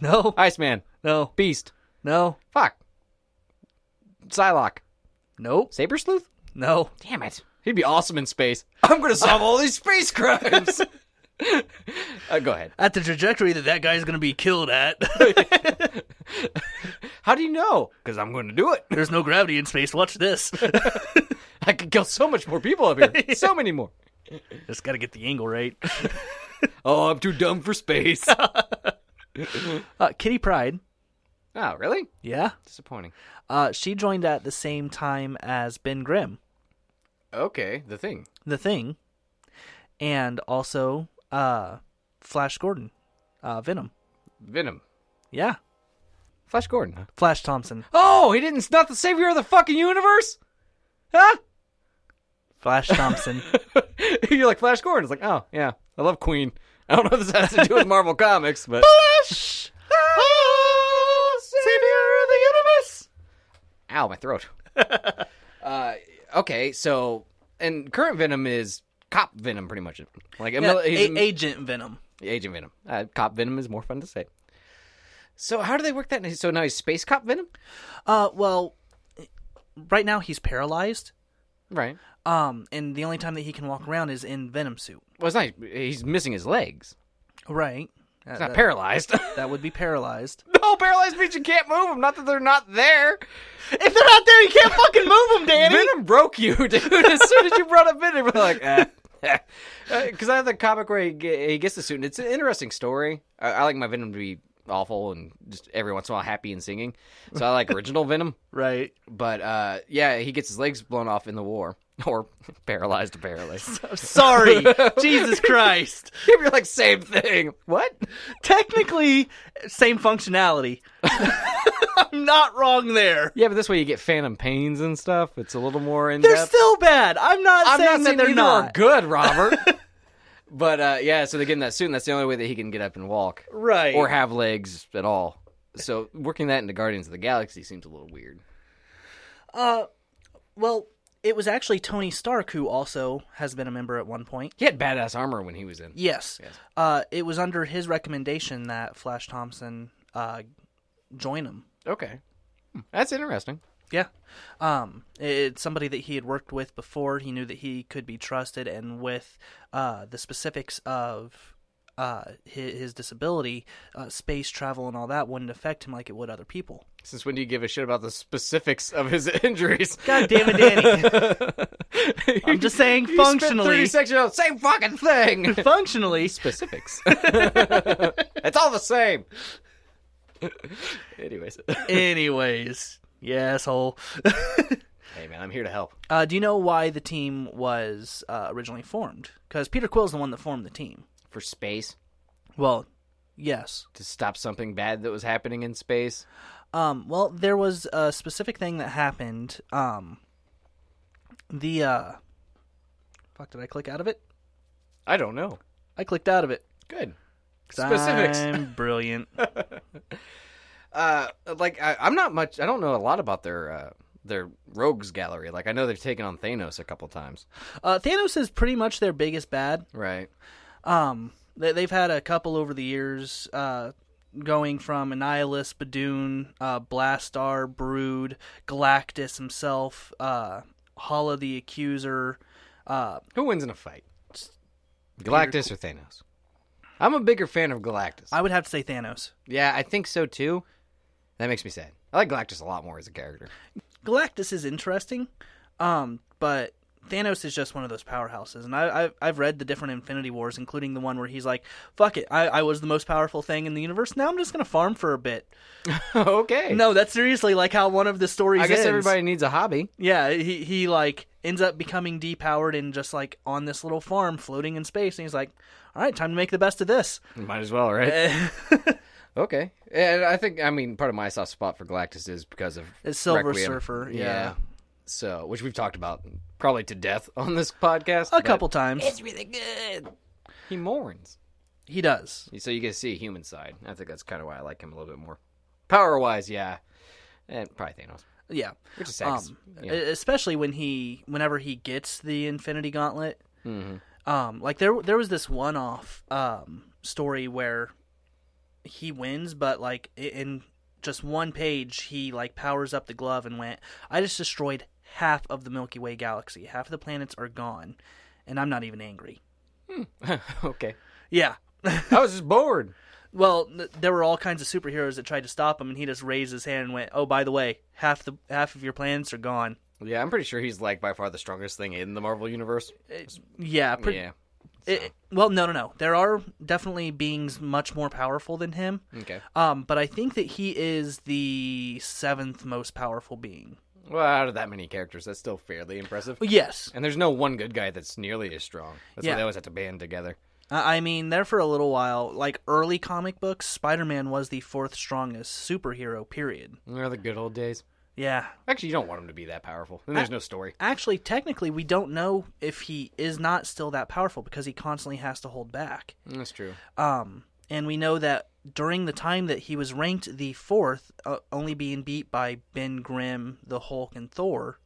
Speaker 1: No.
Speaker 2: Iceman,
Speaker 1: No.
Speaker 2: Beast.
Speaker 1: No.
Speaker 2: Fuck. Psylocke,
Speaker 1: Nope.
Speaker 2: Saber Sleuth.
Speaker 1: No.
Speaker 2: Damn it, he'd be awesome in space. [laughs] I'm gonna solve all these space crimes. [laughs] uh, go ahead.
Speaker 1: At the trajectory that that guy's going to be killed at.
Speaker 2: How do you know? Because I'm going to do it.
Speaker 1: [laughs]
Speaker 2: [laughs]
Speaker 1: There's no gravity in space. Watch this. [laughs]
Speaker 2: I could kill so much more people [laughs] up here. So many more.
Speaker 1: Just got to get the angle right.
Speaker 2: Oh, I'm too dumb for space.
Speaker 1: Uh, Kitty Pride.
Speaker 2: [laughs] oh, really?
Speaker 1: Yeah.
Speaker 2: Disappointing.
Speaker 1: Uh, she joined at the same time as Ben Grimm,
Speaker 2: Okay, the thing.
Speaker 1: The Thing, and also uh, Flash Gordon, uh, Venom.
Speaker 2: Venom.
Speaker 1: Yeah.
Speaker 2: Flash Gordon. Huh?
Speaker 1: Flash Thompson.
Speaker 2: Oh, he didn't. Not the savior of the fucking universe. Huh? [laughs]
Speaker 1: Flash [laughs] Thompson.
Speaker 2: You're like Flash Gordon. It's like, oh yeah, I love Queen. I don't know if this has to do with [laughs] Marvel Comics, but
Speaker 1: Shh.
Speaker 2: savior of the universe. Ow, my [laughs] throat. uh, okay, so and current Venom is cop Venom, pretty much. Like a
Speaker 1: Yeah,
Speaker 2: mil- he's a-
Speaker 1: A- Agent Venom.
Speaker 2: Agent Venom. Uh, cop Venom is more fun to say. So how do they work that? So now he's Space Cop Venom,
Speaker 1: Uh, well, right now he's paralyzed.
Speaker 2: right?
Speaker 1: Um, and the only time that he can walk around is in Venom suit.
Speaker 2: Well, it's not. He's missing his legs.
Speaker 1: Right. Uh,
Speaker 2: He's not
Speaker 1: that-
Speaker 2: paralyzed. [laughs]
Speaker 1: that would be paralyzed.
Speaker 2: no, paralyzed means you can't move them. Not that they're not there.
Speaker 1: If they're not there, you can't fucking move them,
Speaker 2: Venom broke you, [laughs] dude. As soon as you brought up Venom, we're like, "Ah." [laughs] because Uh, I have the comic where he, ge- he gets the suit, and it's an interesting story. I, I like my Venom to be awful and just every once in a while happy and singing. So I like original Venom,
Speaker 1: Right.
Speaker 2: but uh, yeah, he gets his legs blown off in the war [laughs] or paralyzed [laughs] apparently.
Speaker 1: I'm [laughs] sorry. Jesus Christ.
Speaker 2: You're like same thing. What?
Speaker 1: Technically, same functionality. [laughs] I'm not wrong there.
Speaker 2: Yeah, but this way you get phantom pains and stuff. It's a little more in
Speaker 1: They're
Speaker 2: depth.
Speaker 1: still bad. I'm not
Speaker 2: I'm
Speaker 1: saying
Speaker 2: not saying
Speaker 1: that they're
Speaker 2: either are
Speaker 1: not. [laughs]
Speaker 2: good, Robert. but uh, yeah, so they get him that suit, and that's the only way that he can get up and walk
Speaker 1: Right.
Speaker 2: or have legs at all. So working that into Guardians of the Galaxy seems a little weird.
Speaker 1: well, it was actually Tony Stark who also has been a member at one point.
Speaker 2: He had badass armor when he was in.
Speaker 1: Yes. Uh, it was under his recommendation that Flash Thompson uh, join him.
Speaker 2: Okay, Hmm, that's interesting.
Speaker 1: Yeah. Um, it's somebody that he had worked with before. He knew that he could be trusted, and with uh, the specifics of uh, his, his disability, uh, space travel and all that wouldn't affect him like it would other people.
Speaker 2: Since when do you give a shit about the specifics of his [laughs] injuries? [laughs]
Speaker 1: God damn it, Danny. [laughs] I'm just saying
Speaker 2: You spent
Speaker 1: functionally.
Speaker 2: Thirty seconds on the same fucking
Speaker 1: [laughs]
Speaker 2: thing.
Speaker 1: Functionally,
Speaker 2: specifics. [laughs] it's all the same. [laughs] Anyways,
Speaker 1: anyways. Yes, whole.
Speaker 2: hey man, I'm here to help.
Speaker 1: [laughs] uh, do you know why the team was uh, originally formed? Because Peter Quill's the one that formed the team.
Speaker 2: For space,
Speaker 1: Well, yes.
Speaker 2: to stop something bad that was happening in space.
Speaker 1: Um, well, there was a specific thing that happened. Um, the uh, fuck, did I click out of it?
Speaker 2: I don't know.
Speaker 1: I clicked out of it.
Speaker 2: Good.
Speaker 1: 'Cause
Speaker 2: Specifics.
Speaker 1: I'm brilliant.
Speaker 2: Uh, like I, I'm not much. I don't know a lot about their uh, their rogues gallery. Like I know they've taken on Thanos a couple times.
Speaker 1: uh, Thanos is pretty much their biggest bad.
Speaker 2: Right.
Speaker 1: Um, they, they've had a couple over the years. Uh. Going from Annihilus, Badoon, uh, Blastar, Brood, Galactus himself, uh, Hala the Accuser. Uh,
Speaker 2: Who wins in a fight? Galactus or Thanos? I'm a bigger fan of Galactus.
Speaker 1: I would have to say Thanos.
Speaker 2: yeah, I think so too. That makes me sad. I like Galactus a lot more as a character. [laughs]
Speaker 1: Galactus is interesting, um, but Thanos is just one of those powerhouses, and I, I've I've read the different Infinity Wars, including the one where he's like, "Fuck it, I, I was the most powerful thing in the universe. Now I'm just gonna farm for a bit."
Speaker 2: okay.
Speaker 1: No, that's seriously like how one of the stories.
Speaker 2: I guess
Speaker 1: ends.
Speaker 2: everybody needs a hobby.
Speaker 1: Yeah, he he like ends up becoming depowered and just like on this little farm floating in space, and he's like, "All right, time to make the best of this." [laughs]
Speaker 2: Might as well, [laughs] right? okay. And I think I mean part of my soft spot for Galactus is because of
Speaker 1: It's Silver
Speaker 2: Requiem.
Speaker 1: Surfer, yeah.
Speaker 2: So, which we've talked about probably to death [laughs] on this podcast.
Speaker 1: A
Speaker 2: but
Speaker 1: couple times
Speaker 2: It's really good. He mourns.
Speaker 1: he does.
Speaker 2: So you get to see a human side. I think that's kind of why I like him a little bit more. Power wise, yeah. And probably Thanos.
Speaker 1: Yeah,
Speaker 2: Which is sad. 'cause,
Speaker 1: Um,
Speaker 2: you know,
Speaker 1: e- especially when he, whenever he gets the Infinity Gauntlet, um, like there, there was this one-off um, story where he wins, but like i- in just one page, he like powers up the glove and went, "I just destroyed half of the Milky Way galaxy. Half of the planets are gone, and I'm not even angry."
Speaker 2: [laughs] okay.
Speaker 1: Yeah, [laughs]
Speaker 2: I was just bored.
Speaker 1: well, th- there were all kinds of superheroes that tried to stop him, and he just raised his hand and went, "Oh, by the way, half the half of your planets are gone."
Speaker 2: Yeah, I'm pretty sure he's like by far the strongest thing in the Marvel universe.
Speaker 1: Yeah, pre-
Speaker 2: yeah.
Speaker 1: it- well, no, no, no. There are definitely beings much more powerful than him,
Speaker 2: Okay.
Speaker 1: um, but I think that he is the seventh most powerful being.
Speaker 2: Well, out of that many characters, that's still fairly impressive.
Speaker 1: Yes,
Speaker 2: And there's no one good guy that's nearly as strong. That's why
Speaker 1: Yeah.
Speaker 2: they always have to band together.
Speaker 1: I I mean, there for a little while, like early comic books, Spider Man was the fourth strongest superhero, period.
Speaker 2: Remember the good old days?
Speaker 1: Yeah.
Speaker 2: Actually, you don't want him to be that powerful. Then there's no story.
Speaker 1: Actually, technically, we don't know if he is not still that powerful because he constantly has to hold back.
Speaker 2: That's true.
Speaker 1: Um, and we know that during the time that he was ranked the fourth, uh, only being beat by Ben Grimm, the Hulk, and Thor,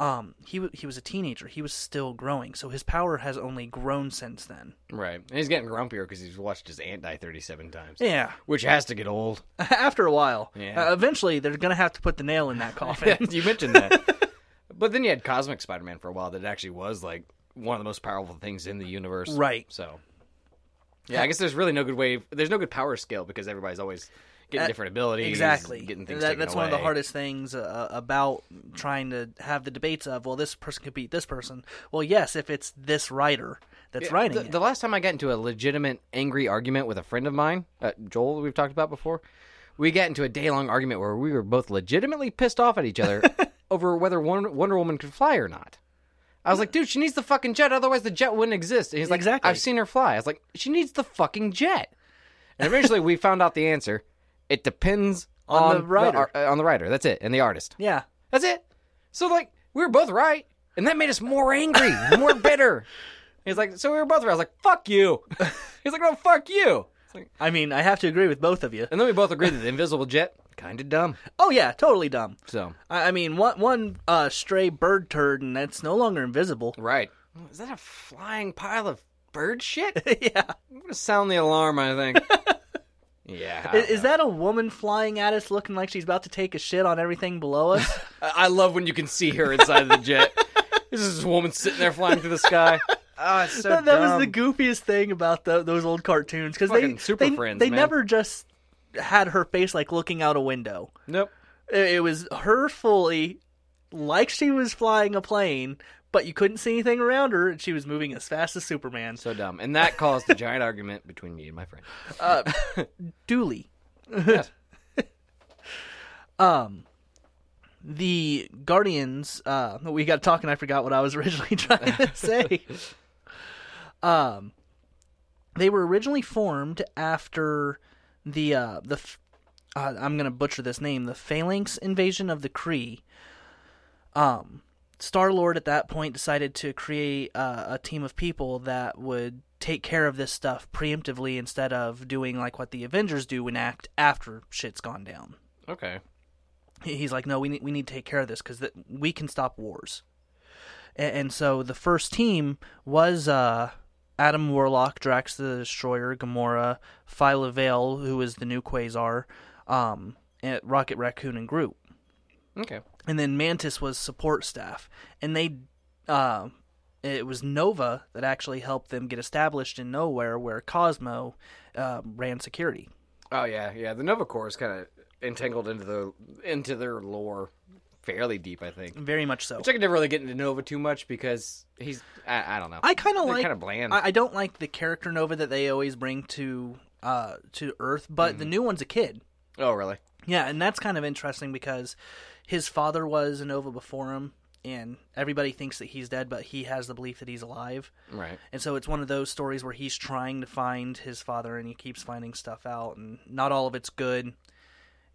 Speaker 1: um, he, w- he was a teenager. He was still growing, so his power has only grown since then.
Speaker 2: Right. And he's getting grumpier because he's watched his aunt die 37 times,
Speaker 1: Yeah.
Speaker 2: which has to get old.
Speaker 1: [laughs] After a while,
Speaker 2: Yeah.
Speaker 1: uh, eventually they're going to have to put the nail
Speaker 2: [laughs]
Speaker 1: in that coffin. [laughs]
Speaker 2: you mentioned that. but then you had Cosmic Spider Man for a while that actually was like one of the most powerful things in the universe.
Speaker 1: Right.
Speaker 2: So, yeah, I guess there's really no good way, there's no good power scale because everybody's always getting different abilities.
Speaker 1: Uh, Exactly.
Speaker 2: Getting things
Speaker 1: That-
Speaker 2: taken
Speaker 1: that's one of the
Speaker 2: away.
Speaker 1: hardest things uh, about trying to have the debates of, well, this person could beat this person. Well, yes, if it's this writer that's writing
Speaker 2: The,
Speaker 1: it.
Speaker 2: the last time I got into a legitimate angry argument with a friend of mine, uh, Joel, we've talked about before, we got into a day long argument where we were both legitimately pissed off at each other
Speaker 1: [laughs]
Speaker 2: over whether Wonder, Wonder Woman could fly or not. I was like, dude, she needs the fucking jet, otherwise the jet wouldn't exist. And he's like,
Speaker 1: Exactly.
Speaker 2: I've seen her fly. I was like, she needs the fucking jet. And [laughs] eventually we found out the answer. It depends on,
Speaker 1: the writer.
Speaker 2: ar- uh, on the writer. That's it. And the artist.
Speaker 1: yeah.
Speaker 2: That's it. So like we were both right, and that made us more angry, [laughs] more bitter. He's like, so we were both right. I was like, fuck you. [laughs] He's like, no, fuck you. It's like-
Speaker 1: I mean, I have to agree with both of you.
Speaker 2: and then we both agreed that the invisible jet kind of dumb.
Speaker 1: Oh, yeah, totally dumb.
Speaker 2: So
Speaker 1: I, I mean, one, one uh, stray bird turd, and that's no longer invisible. [laughs]
Speaker 2: right, is that a flying pile of bird shit?
Speaker 1: yeah.
Speaker 2: I'm [laughs] gonna sound the alarm. I [laughs] think. yeah. I
Speaker 1: Is, is that a woman flying at us looking like she's about to take a shit on everything
Speaker 2: [laughs]
Speaker 1: below us?
Speaker 2: I I love when you can see her inside of the jet. [laughs] this is this woman sitting there flying through the sky. [laughs] Oh, it's
Speaker 1: [laughs]
Speaker 2: so
Speaker 1: that, that was
Speaker 2: dumb.
Speaker 1: the goofiest thing about tho- those old cartoons because they
Speaker 2: Fucking Super
Speaker 1: they,
Speaker 2: Friends,
Speaker 1: they
Speaker 2: man.
Speaker 1: never just had her face like looking out a window.
Speaker 2: nope.
Speaker 1: It, it was her fully like she was flying a plane, but you couldn't see anything around her, and she was moving as fast as Superman.
Speaker 2: So dumb. And that caused a giant argument between me and my friend.
Speaker 1: Dooley. [laughs] um, the Guardians. Uh, we got talking. I forgot what I was [laughs] originally trying to say. um, they were originally formed after the uh, the. f- Uh, I'm gonna butcher this name. The Phalanx invasion of the Kree. Um, Star Lord at that point decided to create uh, a team of people that would take care of this stuff preemptively instead of doing like what the Avengers do and act after shit's gone down.
Speaker 2: Okay.
Speaker 1: He- He's like, no, we need we need to take care of this because th- we can stop wars. A- And, so the first team was uh, Adam Warlock, Drax the Destroyer, Gamora, Phyla Vale, who is the new Quasar, um, and Rocket Raccoon, and Groot
Speaker 2: Okay.
Speaker 1: and then Mantis was support staff, and they, uh, it was Nova that actually helped them get established in Nowhere, where Cosmo uh, ran security.
Speaker 2: Oh yeah, yeah. The Nova Corps is kind of entangled into the into their lore fairly deep, I think.
Speaker 1: Very much so.
Speaker 2: Which I could never Mm. really get into Nova too much because he's I, I don't know.
Speaker 1: I kind of
Speaker 2: They're
Speaker 1: like.
Speaker 2: kinda bland.
Speaker 1: I, I don't like the character Nova that they always bring to uh, to Earth, but
Speaker 2: Mm-hmm.
Speaker 1: the new one's a kid.
Speaker 2: oh really?
Speaker 1: Yeah, and that's kind of interesting because his father was a Nova before him, and everybody thinks that he's dead, but he has the belief that he's alive.
Speaker 2: Right.
Speaker 1: And so it's one of those stories where he's trying to find his father and he keeps finding stuff out and not all of it's good.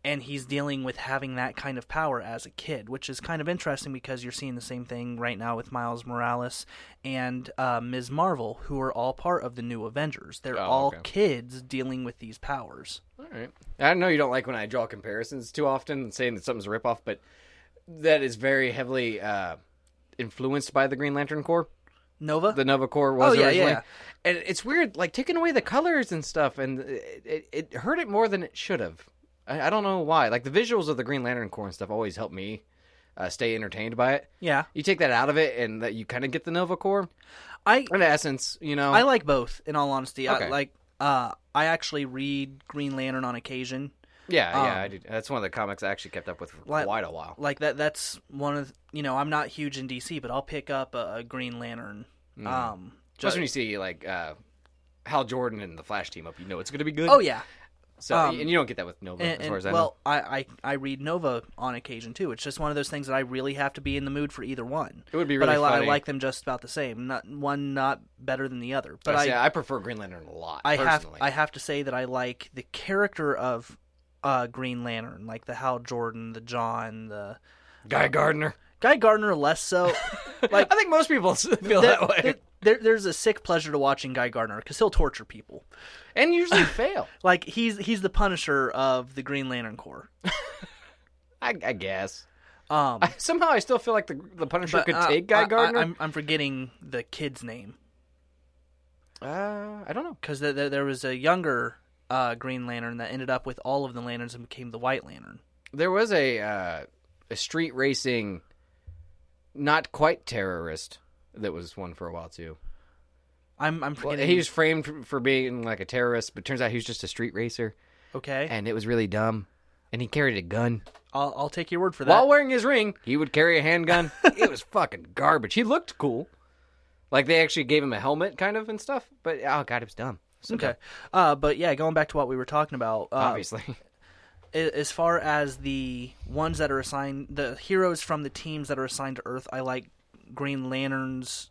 Speaker 1: And he's dealing with having that kind of power as a kid, which is kind of interesting because you're seeing the same thing right now with Miles Morales and uh, Ms. Marvel, who are all part of the new Avengers. They're
Speaker 2: Oh,
Speaker 1: all
Speaker 2: okay.
Speaker 1: kids dealing with these powers.
Speaker 2: All right. I know you don't like when I draw comparisons too often, saying that something's a ripoff, but that is very heavily uh, influenced by the Green Lantern Corps.
Speaker 1: Nova?
Speaker 2: the Nova Corps was
Speaker 1: Oh, yeah,
Speaker 2: originally.
Speaker 1: yeah.
Speaker 2: And it's weird, like taking away the colors and stuff, and it, it, it hurt it more than it should have. I, I don't know why. Like the visuals of the Green Lantern Corps and stuff always help me uh, stay entertained by it.
Speaker 1: yeah.
Speaker 2: You take that out of it, and that you kind of get the Nova Corps
Speaker 1: I
Speaker 2: in essence. You know,
Speaker 1: I like both, in all honesty. I
Speaker 2: Okay.
Speaker 1: like Uh, I actually read Green Lantern on occasion.
Speaker 2: Yeah,
Speaker 1: Um,
Speaker 2: yeah, I did. That's one of the comics I actually kept up with for
Speaker 1: Like-
Speaker 2: quite a while.
Speaker 1: Like that. That's one of you know. I'm not huge in DC, but I'll pick up a, a Green Lantern.
Speaker 2: Mm.
Speaker 1: Um,
Speaker 2: Just
Speaker 1: but-
Speaker 2: when you see like uh, Hal Jordan and the Flash team up, you know it's going to be good.
Speaker 1: oh yeah,
Speaker 2: so
Speaker 1: um,
Speaker 2: and you don't get that with Nova
Speaker 1: and,
Speaker 2: as far
Speaker 1: and-
Speaker 2: as I
Speaker 1: well, I, I I read Nova on occasion too. It's just one of those things that I really have to be in the mood for either one.
Speaker 2: know. It would be
Speaker 1: but
Speaker 2: really
Speaker 1: I, li- I
Speaker 2: funny.
Speaker 1: like them just about the same. Not one, not better than the other. But
Speaker 2: But
Speaker 1: I,
Speaker 2: yeah, I prefer Green Lantern a lot.
Speaker 1: I have
Speaker 2: personally.
Speaker 1: I have to say that I like the character of uh, Green Lantern, like the Hal Jordan, the John, the
Speaker 2: Guy Gardner.
Speaker 1: Guy Gardner less so.
Speaker 2: Like I think most people [laughs] s- feel
Speaker 1: There-
Speaker 2: [laughs] that way,
Speaker 1: there- there- there's a sick pleasure to watching Guy Gardner because he'll torture people.
Speaker 2: and usually fail.
Speaker 1: Like he's he's the Punisher of the Green Lantern Corps.
Speaker 2: [laughs] I, I guess
Speaker 1: Um,
Speaker 2: I, somehow I still feel like the the Punisher
Speaker 1: but,
Speaker 2: could
Speaker 1: uh,
Speaker 2: take Guy
Speaker 1: I- I-
Speaker 2: Gardner.
Speaker 1: I'm, I'm forgetting the kid's name
Speaker 2: uh, I don't know.
Speaker 1: because there, there was a younger uh, Green Lantern that ended up with all of the lanterns and became the White Lantern.
Speaker 2: There was a uh, a street racing, not quite terrorist. That was one for a while too.
Speaker 1: I'm I'm
Speaker 2: Well,
Speaker 1: forgetting.
Speaker 2: he was framed for- for being like a terrorist, but turns out he was just a street racer,
Speaker 1: okay.
Speaker 2: and it was really dumb. And he carried a gun
Speaker 1: I'll I'll take your word for that.
Speaker 2: while wearing his ring. He would carry a [laughs] handgun. it was fucking garbage. He looked cool, like they actually gave him a helmet, kind of, and stuff. But oh god, it was dumb. [laughs] So um,
Speaker 1: Okay.
Speaker 2: dumb,
Speaker 1: Uh, but yeah, going back to what we were talking about, uh,
Speaker 2: [laughs] obviously.
Speaker 1: a- as far as the ones that are assigned, the heroes from the teams that are assigned to Earth, I like Green Lanterns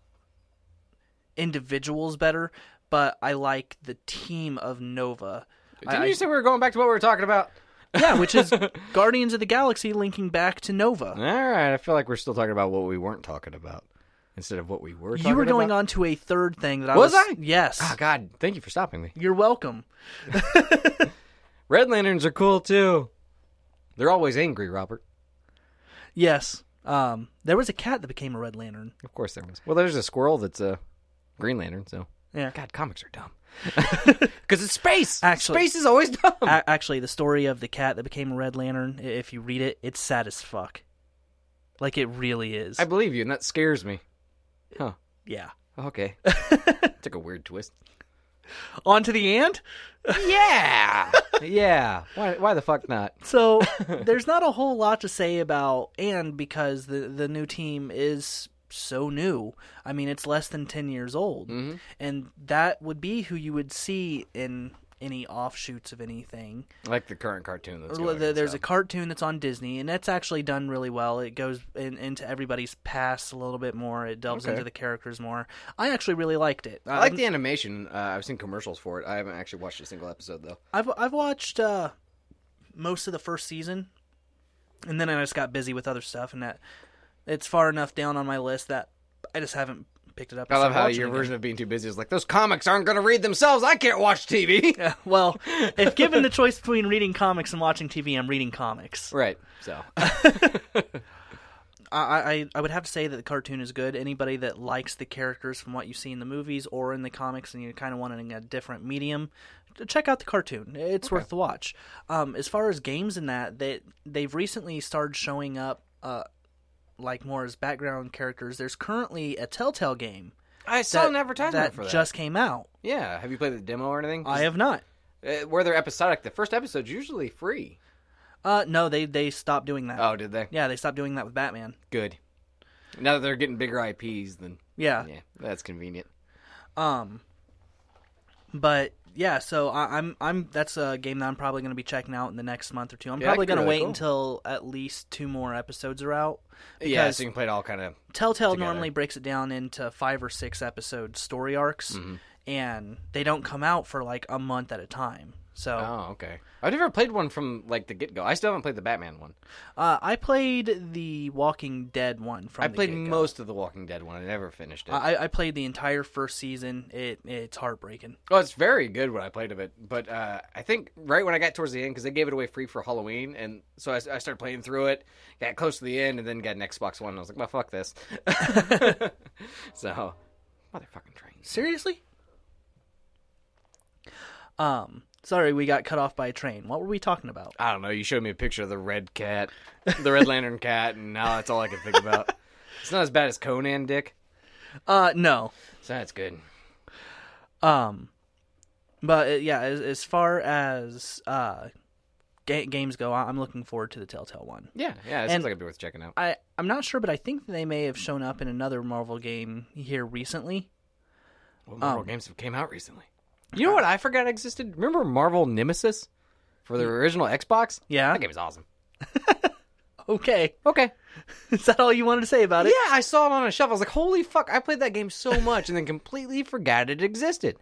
Speaker 1: individuals better, but I like the team of Nova. I-
Speaker 2: Didn't
Speaker 1: I-
Speaker 2: you say we were going back to what we were talking about?
Speaker 1: yeah, which
Speaker 2: [laughs]
Speaker 1: is Guardians of the Galaxy linking back to Nova.
Speaker 2: All right, I feel like we're still talking about what we weren't talking about instead of what we were.
Speaker 1: You were going on to a third thing that I
Speaker 2: Was
Speaker 1: was.
Speaker 2: I?
Speaker 1: Yes.
Speaker 2: Oh god, thank you for stopping me.
Speaker 1: You're welcome.
Speaker 2: Red Lanterns are cool too. They're always angry, Robert.
Speaker 1: Yes. Um, there was a cat that became a Red Lantern.
Speaker 2: Of course there was. Well, there's a squirrel that's a Green Lantern, so.
Speaker 1: Yeah.
Speaker 2: God, comics are [laughs] dumb. Because it's space.
Speaker 1: Actually-
Speaker 2: space is always [laughs] dumb.
Speaker 1: A- actually, the story of the cat that became a Red Lantern, i- if you read it, it's sad as fuck. Like, it really is.
Speaker 2: I believe you, and that scares me. Huh.
Speaker 1: yeah.
Speaker 2: Okay. Took a weird twist.
Speaker 1: On to the ant?
Speaker 2: Yeah. [laughs] yeah. Why? Why the fuck not?
Speaker 1: So, there's not a whole lot to say about and because the, the new team is so new. I mean, it's less than 10 years old.
Speaker 2: Mhm.
Speaker 1: And that would be who you would see in any offshoots of anything.
Speaker 2: I like the current cartoon that's
Speaker 1: Well,
Speaker 2: going.
Speaker 1: there- there's a cartoon that's on Disney, and that's actually done really well. It goes in, into everybody's past a little bit more. It delves
Speaker 2: Okay.
Speaker 1: into the characters more. I actually really liked it. Um,
Speaker 2: I like the animation. Uh, I've seen commercials for it. I haven't actually watched a single episode though.
Speaker 1: I've I've watched uh, most of the first season, and then I just got busy with other stuff, and that it's far enough down on my list that I just haven't picked it up. and
Speaker 2: I love
Speaker 1: started
Speaker 2: how
Speaker 1: watching
Speaker 2: your
Speaker 1: again.
Speaker 2: version of being too busy is like those comics aren't going to read themselves. I can't watch TV.
Speaker 1: [laughs] Well, if given the choice between reading comics and watching TV, I'm reading comics.
Speaker 2: [laughs] right. So.
Speaker 1: I, I I would have to say that the cartoon is good. Anybody that likes the characters from what you see in the movies or in the comics, and you kind of want it in a different medium, check out the cartoon. It's worth the watch. Um, as far as games and that, they they've recently started showing up, uh, like more as background characters. There's currently a Telltale game
Speaker 2: I saw
Speaker 1: that-
Speaker 2: an advertisement for that.
Speaker 1: just came out.
Speaker 2: yeah. Have you played the demo or anything?
Speaker 1: I have not.
Speaker 2: Uh, where they're episodic, the first episode's usually free.
Speaker 1: Uh, no, they they stopped doing that.
Speaker 2: Oh, did they?
Speaker 1: Yeah, they stopped doing that with Batman.
Speaker 2: Good. Now that they're getting bigger IPs, then
Speaker 1: Yeah.
Speaker 2: yeah, that's convenient.
Speaker 1: Um, but yeah, so I, I'm I'm that's a game that I'm probably going to be checking out in the next month or two. I'm
Speaker 2: Yeah, that
Speaker 1: probably
Speaker 2: could be
Speaker 1: going to
Speaker 2: really
Speaker 1: wait until
Speaker 2: cool.
Speaker 1: at least two more episodes are out.
Speaker 2: yeah,
Speaker 1: Because
Speaker 2: so you can play it all kind of.
Speaker 1: Telltale
Speaker 2: together.
Speaker 1: normally breaks it down into five or six episode story arcs,
Speaker 2: Mm-hmm.
Speaker 1: and they don't come out for like a month at a time. So
Speaker 2: Oh, okay. I've never played one from like the get go. I still haven't played the Batman one.
Speaker 1: uh, I played the Walking Dead one from.
Speaker 2: Oh. I
Speaker 1: the
Speaker 2: played
Speaker 1: get-go. Uh,
Speaker 2: most of the Walking Dead one. I never finished it.
Speaker 1: I, I played the entire first season. It it's heartbreaking.
Speaker 2: Oh, it's very good when I played of it, but uh, I think right when I got towards the end, because they gave it away free for Halloween, and so I, I started playing through it, got close to the end, and then got an Xbox One. And I was like, "Well, fuck this." [laughs] so, motherfucking trains.
Speaker 1: Seriously? Um, sorry, we got cut off by a train. What were we talking about?
Speaker 2: I don't know. You showed me a picture of the red cat, the Red Lantern cat, and now that's all I can
Speaker 1: [laughs]
Speaker 2: think about. It's not as bad as Conan, Dick.
Speaker 1: Uh, no.
Speaker 2: So that's good.
Speaker 1: Um, But uh, yeah, as, as far as uh, ga- games go, I- I'm looking forward to the Telltale one.
Speaker 2: Yeah, yeah, it
Speaker 1: And-
Speaker 2: seems like it'd be worth checking out.
Speaker 1: I I'm not sure, but I think they may have shown up in another Marvel game here recently. [laughs]
Speaker 2: What Marvel games have came out recently? Um, You know what I forgot existed? Remember Marvel Nemesis for the original Xbox?
Speaker 1: Yeah.
Speaker 2: That game is awesome.
Speaker 1: Okay,
Speaker 2: Okay.
Speaker 1: is that all you wanted to say about it?
Speaker 2: Yeah, I saw it on a shelf. I was like, holy fuck, I played that game so [laughs] much and then completely forgot it existed.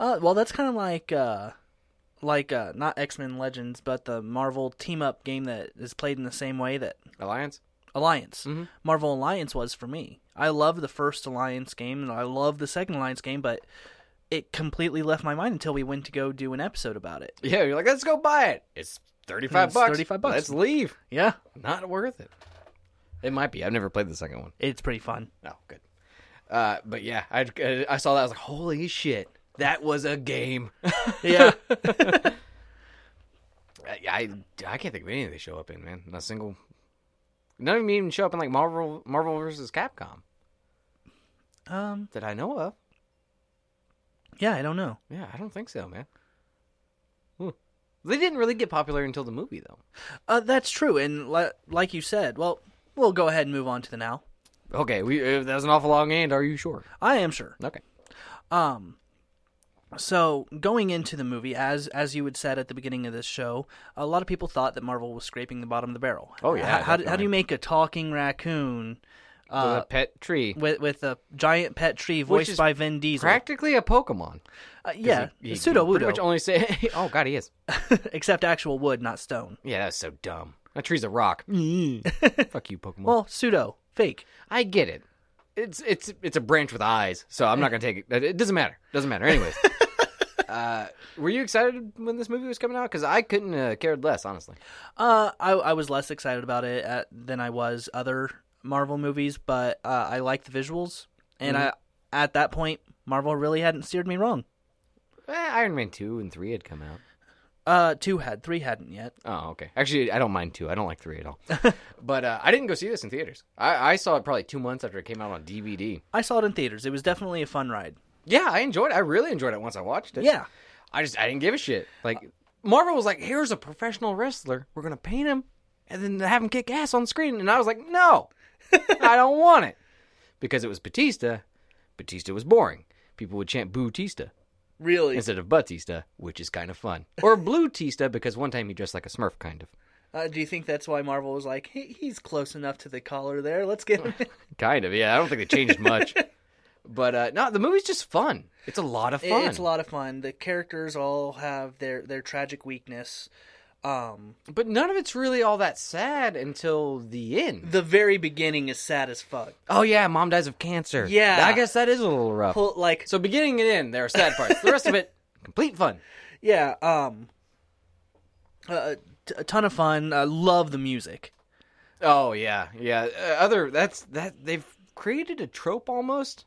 Speaker 1: Uh, well, that's kind of like uh, like uh, not X Men Legends, but the Marvel team up game that is played in the same way that
Speaker 2: Alliance?
Speaker 1: Alliance,
Speaker 2: Mm-hmm.
Speaker 1: Marvel Alliance was for me. I love the first Alliance game and I love the second Alliance game, but it completely left my mind until we went to go do an episode about it.
Speaker 2: Yeah, you're like, let's go buy it. It's 35
Speaker 1: It's
Speaker 2: bucks.
Speaker 1: 35 bucks.
Speaker 2: Let's leave.
Speaker 1: Yeah,
Speaker 2: Not worth it. It might be. I've never played the second one.
Speaker 1: it's pretty fun.
Speaker 2: No, good. Uh, but yeah, I, I saw that. I was like, holy shit, that was a game. [laughs]
Speaker 1: Yeah,
Speaker 2: I, I I can't think of anything they show up in, man. Not a single. None of them even show up in like Marvel Marvel versus Capcom
Speaker 1: [laughs] um,
Speaker 2: that I know of.
Speaker 1: yeah, I don't know.
Speaker 2: Yeah, I don't think so, man. Hmm. They didn't really get popular until the movie, though.
Speaker 1: Uh, that's true, and li- like you said, well, we'll go ahead and move on to the now.
Speaker 2: Okay, we uh, that was an awful long end. Are you sure?
Speaker 1: I am sure.
Speaker 2: Okay.
Speaker 1: Um, so going into the movie, as as you had said at the beginning of this show, a lot of people thought that Marvel was scraping the bottom of the barrel.
Speaker 2: Oh,
Speaker 1: How, how,
Speaker 2: yeah,
Speaker 1: do- how do
Speaker 2: definitely.
Speaker 1: you make a talking raccoon Uh,
Speaker 2: the pet tree,
Speaker 1: with with a giant pet tree voiced
Speaker 2: is
Speaker 1: by Vin Diesel?
Speaker 2: practically a Pokemon.
Speaker 1: Uh, yeah,
Speaker 2: He- he
Speaker 1: pseudo
Speaker 2: Pretty much
Speaker 1: Wudo,
Speaker 2: only say, [laughs] "Oh God, he is."
Speaker 1: [laughs] except actual wood, not stone.
Speaker 2: Yeah, that's so dumb. That tree's a rock. Fuck you, Pokemon.
Speaker 1: Mm. Well, pseudo fake.
Speaker 2: I get it. It's it's it's a branch with eyes, so I'm not gonna take it. It doesn't matter. Doesn't matter. Anyways, uh, were you excited when this movie was coming out? Because I couldn't uh, cared less, honestly.
Speaker 1: Uh, I I was less excited about it at, than I was other Marvel movies, but uh, I like the visuals, and I at that point Marvel really hadn't steered me wrong.
Speaker 2: Eh, Iron Man two and three had come out.
Speaker 1: Uh, two had, three hadn't yet.
Speaker 2: Oh, okay. Actually, I don't mind two. I don't like three at all. but uh, I didn't go see this in theaters. I, I saw it probably two months after it came out on DVD.
Speaker 1: I saw it in theaters. It was definitely a fun ride.
Speaker 2: Yeah, I enjoyed. it. I really enjoyed it once I watched it.
Speaker 1: Yeah.
Speaker 2: I just I didn't give a shit.
Speaker 1: Uh,
Speaker 2: Like Marvel was like, here's a professional wrestler. We're gonna paint him and then have him kick ass on screen. And I was like,
Speaker 1: [laughs]
Speaker 2: no, I don't want it because it was Batista. Batista was boring. People would chant Bootista
Speaker 1: Really?
Speaker 2: instead of Batista, which is kind of fun.
Speaker 1: [laughs]
Speaker 2: Or Blue Tista because one time he dressed like a Smurf, kind of,
Speaker 1: Uh, do you think that's why Marvel was like, he, he's close enough to the collar there. Let's get him. [laughs] in."
Speaker 2: kind of. Yeah, I don't think they
Speaker 1: [laughs]
Speaker 2: changed much. but uh, no, the movie's just fun. It's a lot of
Speaker 1: It-
Speaker 2: fun.
Speaker 1: It's a lot of fun. The characters all have their their tragic weakness. Um,
Speaker 2: But none of it's really all that sad until the end.
Speaker 1: the very beginning is sad as fuck.
Speaker 2: Oh yeah, mom dies of cancer.
Speaker 1: Yeah.
Speaker 2: I guess that is a little rough.
Speaker 1: Pull, like,
Speaker 2: So beginning and end, there are sad parts. The rest of it, [laughs] complete fun.
Speaker 1: yeah. Um, uh, t- a ton of fun. I love the music.
Speaker 2: Oh yeah, yeah. Uh, other that's that they've created a trope almost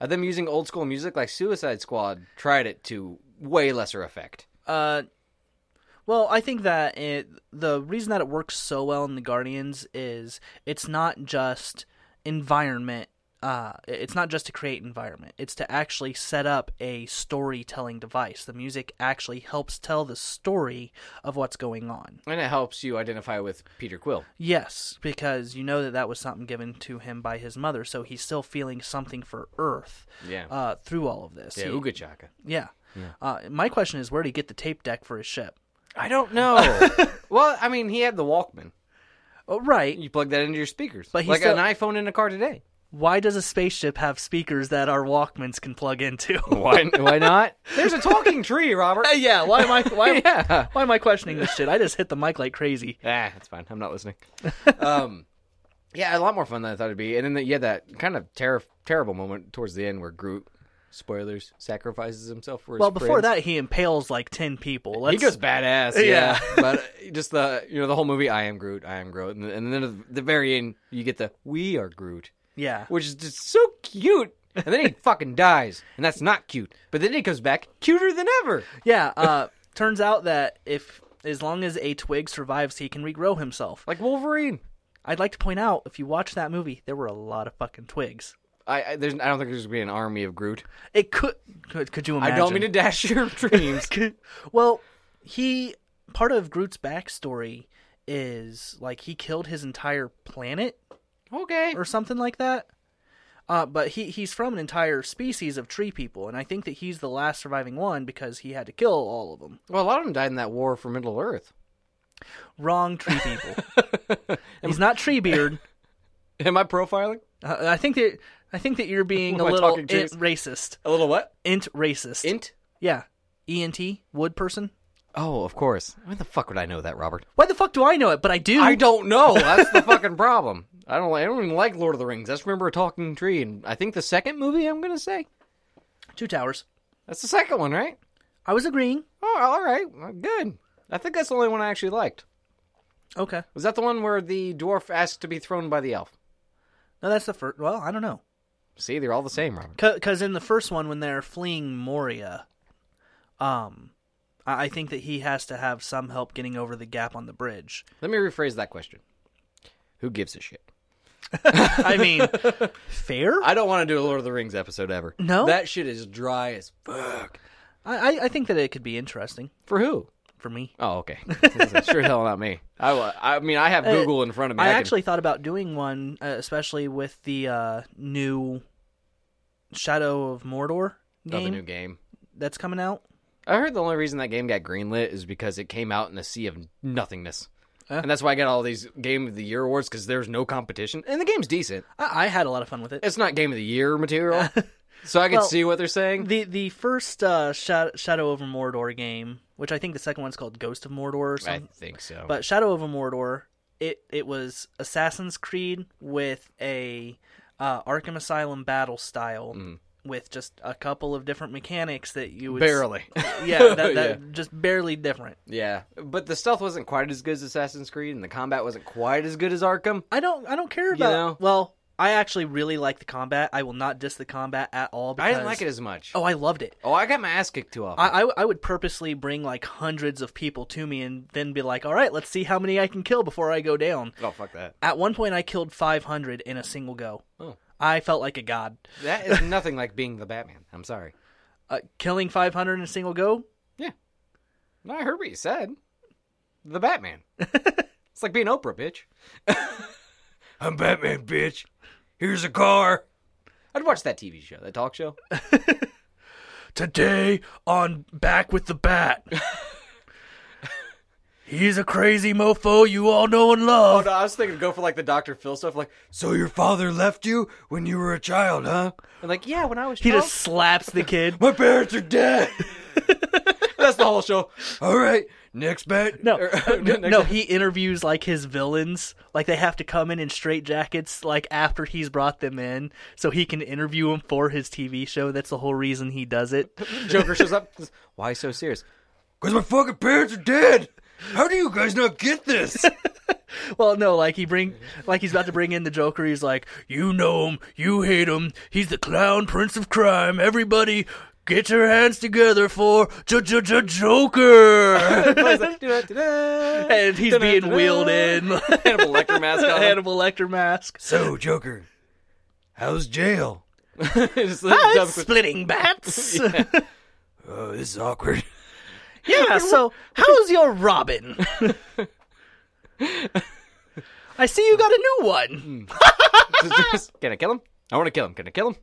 Speaker 2: of them using old school music, like Suicide Squad tried it to way lesser effect.
Speaker 1: Uh, well, I think that it, the reason that it works so well in the Guardians is it's not just environment. Uh, it's not just to create environment. It's to actually set up a storytelling device. The music actually helps tell the story of what's going on.
Speaker 2: And it helps you identify with Peter Quill.
Speaker 1: Yes, because you know that that was something given to him by his mother, so he's still feeling something for Earth.
Speaker 2: Yeah.
Speaker 1: Uh, through all of this.
Speaker 2: Yeah,
Speaker 1: He-
Speaker 2: Uga Chaka.
Speaker 1: yeah. Uh, my question is, where did he get the tape deck for his ship?
Speaker 2: I don't know. [laughs] well, I mean, he had the Walkman.
Speaker 1: Oh, right.
Speaker 2: You plug that into your speakers,
Speaker 1: But he's
Speaker 2: like
Speaker 1: still-
Speaker 2: an iPhone in a car today.
Speaker 1: why does a spaceship have speakers that our Walkmans can plug into?
Speaker 2: [laughs]
Speaker 1: [laughs]
Speaker 2: Why? Why not? [laughs] There's a talking tree, Robert.
Speaker 1: yeah, why am I why am,
Speaker 2: [laughs] Yeah.
Speaker 1: why am I questioning this shit? I just hit the mic like crazy.
Speaker 2: Ah, that's fine. I'm
Speaker 1: [laughs]
Speaker 2: not listening. um, yeah, a lot more fun than I thought it'd be. And then the, yeah, that kind of ter- terrible moment towards the end where Groot, spoilers, sacrifices himself for his
Speaker 1: Well, before
Speaker 2: friends.
Speaker 1: that, he impales like ten people. Let's,
Speaker 2: he goes badass.
Speaker 1: Yeah.
Speaker 2: Yeah, [laughs] but uh, just the you know the whole movie. I am Groot. I am Groot. And, and then at the very end, you get the we are Groot,
Speaker 1: yeah,
Speaker 2: which is just so cute. And then
Speaker 1: [laughs]
Speaker 2: he fucking dies, and that's not cute. But then he comes back cuter than ever.
Speaker 1: yeah. Uh, turns out that if as long as a twig survives, he can regrow himself.
Speaker 2: Like Wolverine.
Speaker 1: I'd like to point out, if you watch that movie, there were a lot of fucking twigs.
Speaker 2: I, I there's I don't think there's gonna be an army of Groot.
Speaker 1: It could could, could you imagine?
Speaker 2: I
Speaker 1: [laughs]
Speaker 2: don't mean to dash your [laughs] dreams.
Speaker 1: well, he part of Groot's backstory is like he killed his entire planet
Speaker 2: okay.
Speaker 1: or something like that. Uh, but he he's from an entire species of tree people, and I think that he's the last surviving one because he had to kill all of them.
Speaker 2: Well, a lot of them died in that war for Middle Earth.
Speaker 1: Wrong tree people. he's not Treebeard.
Speaker 2: [laughs] Am I profiling?
Speaker 1: Uh, I think that I think that you're being a
Speaker 2: [laughs] Am I
Speaker 1: little
Speaker 2: talking
Speaker 1: int
Speaker 2: trees?
Speaker 1: racist.
Speaker 2: A little what?
Speaker 1: Int racist.
Speaker 2: Int?
Speaker 1: yeah. ENT wood person.
Speaker 2: Oh, of course. When the fuck would I know that, Robert?
Speaker 1: Why the fuck do I know it? But I do.
Speaker 2: I don't know. That's the fucking problem. I don't. I don't even like Lord of the Rings. I just remember a talking tree, and I think the second movie. I'm gonna say
Speaker 1: Two towers.
Speaker 2: that's the second one, right?
Speaker 1: I was agreeing.
Speaker 2: Oh, all right, Well, good. I think that's the only one I actually liked.
Speaker 1: Okay.
Speaker 2: Was that the one where the dwarf asked to be thrown by the elf?
Speaker 1: No, that's the first. Well, I don't know.
Speaker 2: See, they're all the same, Robert.
Speaker 1: Because in the first one, when they're fleeing Moria, um, I I think that he has to have some help getting over the gap on the bridge.
Speaker 2: Let me rephrase that question. Who gives a shit?
Speaker 1: I
Speaker 2: [laughs]
Speaker 1: mean, fair. I,
Speaker 2: I don't want to do a Lord of the Rings episode ever.
Speaker 1: No?
Speaker 2: that shit is dry as fuck.
Speaker 1: I, I think that it could be interesting
Speaker 2: For who?
Speaker 1: for me.
Speaker 2: Oh, okay. [laughs] sure, hell not me. I, wa- I mean, I have Google in front of me.
Speaker 1: Uh, I
Speaker 2: can-
Speaker 1: actually thought about doing one, uh, especially with the uh, new Shadow of Mordor
Speaker 2: oh, the
Speaker 1: game
Speaker 2: new game.
Speaker 1: that's coming out.
Speaker 2: I heard the only reason that game got greenlit is because it came out in a sea of nothingness.
Speaker 1: Huh?
Speaker 2: And that's why I got all these Game of the Year awards because there's no competition. And the game's decent.
Speaker 1: I, I had a lot of fun with it.
Speaker 2: It's not Game of the Year
Speaker 1: [laughs]
Speaker 2: material. so I can
Speaker 1: Well,
Speaker 2: see what they're saying.
Speaker 1: The the first uh, Sha- Shadow of Mordor game, which I think the second one's called Ghost of Mordor or
Speaker 2: I
Speaker 1: something.
Speaker 2: think so.
Speaker 1: But Shadow of Mordor, it it was Assassin's Creed with a uh, Arkham Asylum battle style,
Speaker 2: Mm.
Speaker 1: with just a couple of different mechanics that you would s-
Speaker 2: Barely.
Speaker 1: [laughs]
Speaker 2: [laughs]
Speaker 1: yeah, that, that just barely different.
Speaker 2: yeah. But the stealth wasn't quite as good as Assassin's Creed, and the combat wasn't quite as good as Arkham.
Speaker 1: I don't I don't care about
Speaker 2: know?
Speaker 1: well. I actually really like the combat. I will not diss the combat at all. Because,
Speaker 2: I didn't like it as much.
Speaker 1: Oh, I loved it.
Speaker 2: Oh, I got my ass kicked too often.
Speaker 1: I, I I would purposely bring like hundreds of people to me and then be like, all right, let's see how many I can kill before I go down.
Speaker 2: oh, fuck that.
Speaker 1: At one point, I killed 500 in a single go.
Speaker 2: Oh.
Speaker 1: I felt like a god.
Speaker 2: That is nothing like being the Batman. I'm sorry.
Speaker 1: Uh, killing 500 in a single go?
Speaker 2: No, I heard what you said. The [laughs] Batman. it's like being Oprah, bitch. [laughs] I'm Batman, bitch. Here's a car. I'd watch that TV show, that talk show.
Speaker 1: Today on Back with the
Speaker 2: [laughs]
Speaker 1: Bat. He's a crazy mofo you all know and
Speaker 2: Oh
Speaker 1: love.
Speaker 2: no, I was thinking go for like the Dr. Phil stuff, like so your father left you when you were a child, huh? And like yeah, when I was
Speaker 1: He
Speaker 2: twelve,
Speaker 1: just slaps the kid.
Speaker 2: my parents are [laughs] dead. That's the whole show. All right, next bat.
Speaker 1: No,
Speaker 2: or-
Speaker 1: uh, no,
Speaker 2: [laughs] next-
Speaker 1: no, he interviews like his villains. Like they have to come in in straight jackets, like after he's brought them in, so he can interview them for his TV show. That's the whole reason he does it.
Speaker 2: Joker shows up. says, Why so serious? Because my fucking parents are dead. How do you guys not get [laughs] this?
Speaker 1: Well, no, like he bring,
Speaker 2: Mm-hmm.
Speaker 1: like he's about to bring in the Joker. He's like, you know him, you hate him. He's the clown prince of crime. Everybody, get your hands together for
Speaker 2: [laughs]
Speaker 1: Joker.
Speaker 2: and
Speaker 1: and he's being wheeled
Speaker 2: [laughs]
Speaker 1: in.
Speaker 2: Hannibal Lecter mask on. [laughs]
Speaker 1: Hannibal Lecter mask.
Speaker 2: So, Joker, how's jail?
Speaker 1: Ah,
Speaker 2: [laughs]
Speaker 1: splitting bats.
Speaker 2: oh, this is awkward. [laughs]
Speaker 1: Yeah, so how's your Robin? I see you got a new one.
Speaker 2: Can I kill him? I want to kill him. Can I kill him?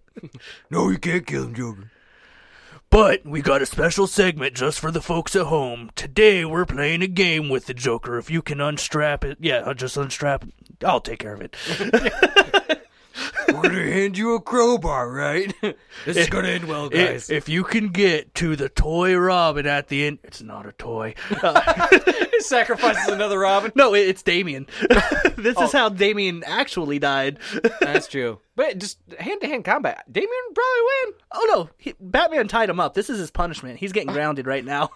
Speaker 2: no, you can't kill him, Joker.
Speaker 1: But we got a special segment just for the folks at home. Today we're playing a game with the Joker. If you can unstrap it, yeah, I'll just unstrap it. I'll take care of
Speaker 2: [laughs]
Speaker 1: it.
Speaker 2: [laughs] We're gonna hand you a crowbar, right? [laughs] this is gonna end [laughs] well,
Speaker 1: I- If you can get to the toy Robin at the end, it's not a toy. [laughs] Uh,
Speaker 2: It sacrifices another Robin.
Speaker 1: no, it- it's Damien. [laughs] this
Speaker 2: Oh.
Speaker 1: is how Damien actually died. [laughs]
Speaker 2: That's true. But just hand to hand combat, Damien would probably win.
Speaker 1: oh no, he, Batman tied him up. This is his punishment. He's
Speaker 2: [laughs]
Speaker 1: getting grounded right now.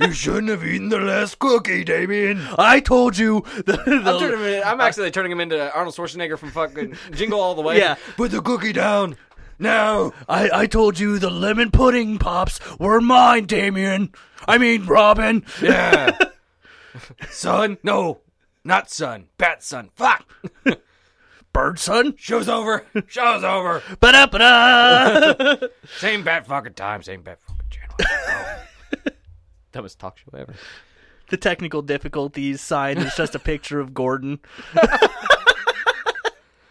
Speaker 2: You shouldn't have eaten the last cookie, Damien.
Speaker 1: I told you. The, the-
Speaker 2: I'm, turning him in- I'm actually turning him into Arnold Schwarzenegger from fucking Jingle All the Way.
Speaker 1: Yeah.
Speaker 2: Put the cookie down. Now.
Speaker 1: I, I told you the lemon pudding pops were mine, Damien. I mean, Robin.
Speaker 2: [laughs] Yeah. son? No. Not son. Bat son. Fuck.
Speaker 1: bird son.
Speaker 2: Show's over. Show's over.
Speaker 1: Ba
Speaker 2: [laughs]
Speaker 1: da
Speaker 2: Same bat fucking time. Same bat fucking channel. [laughs] Dumbest talk show ever.
Speaker 1: The technical difficulties sign is just a picture of Gordon.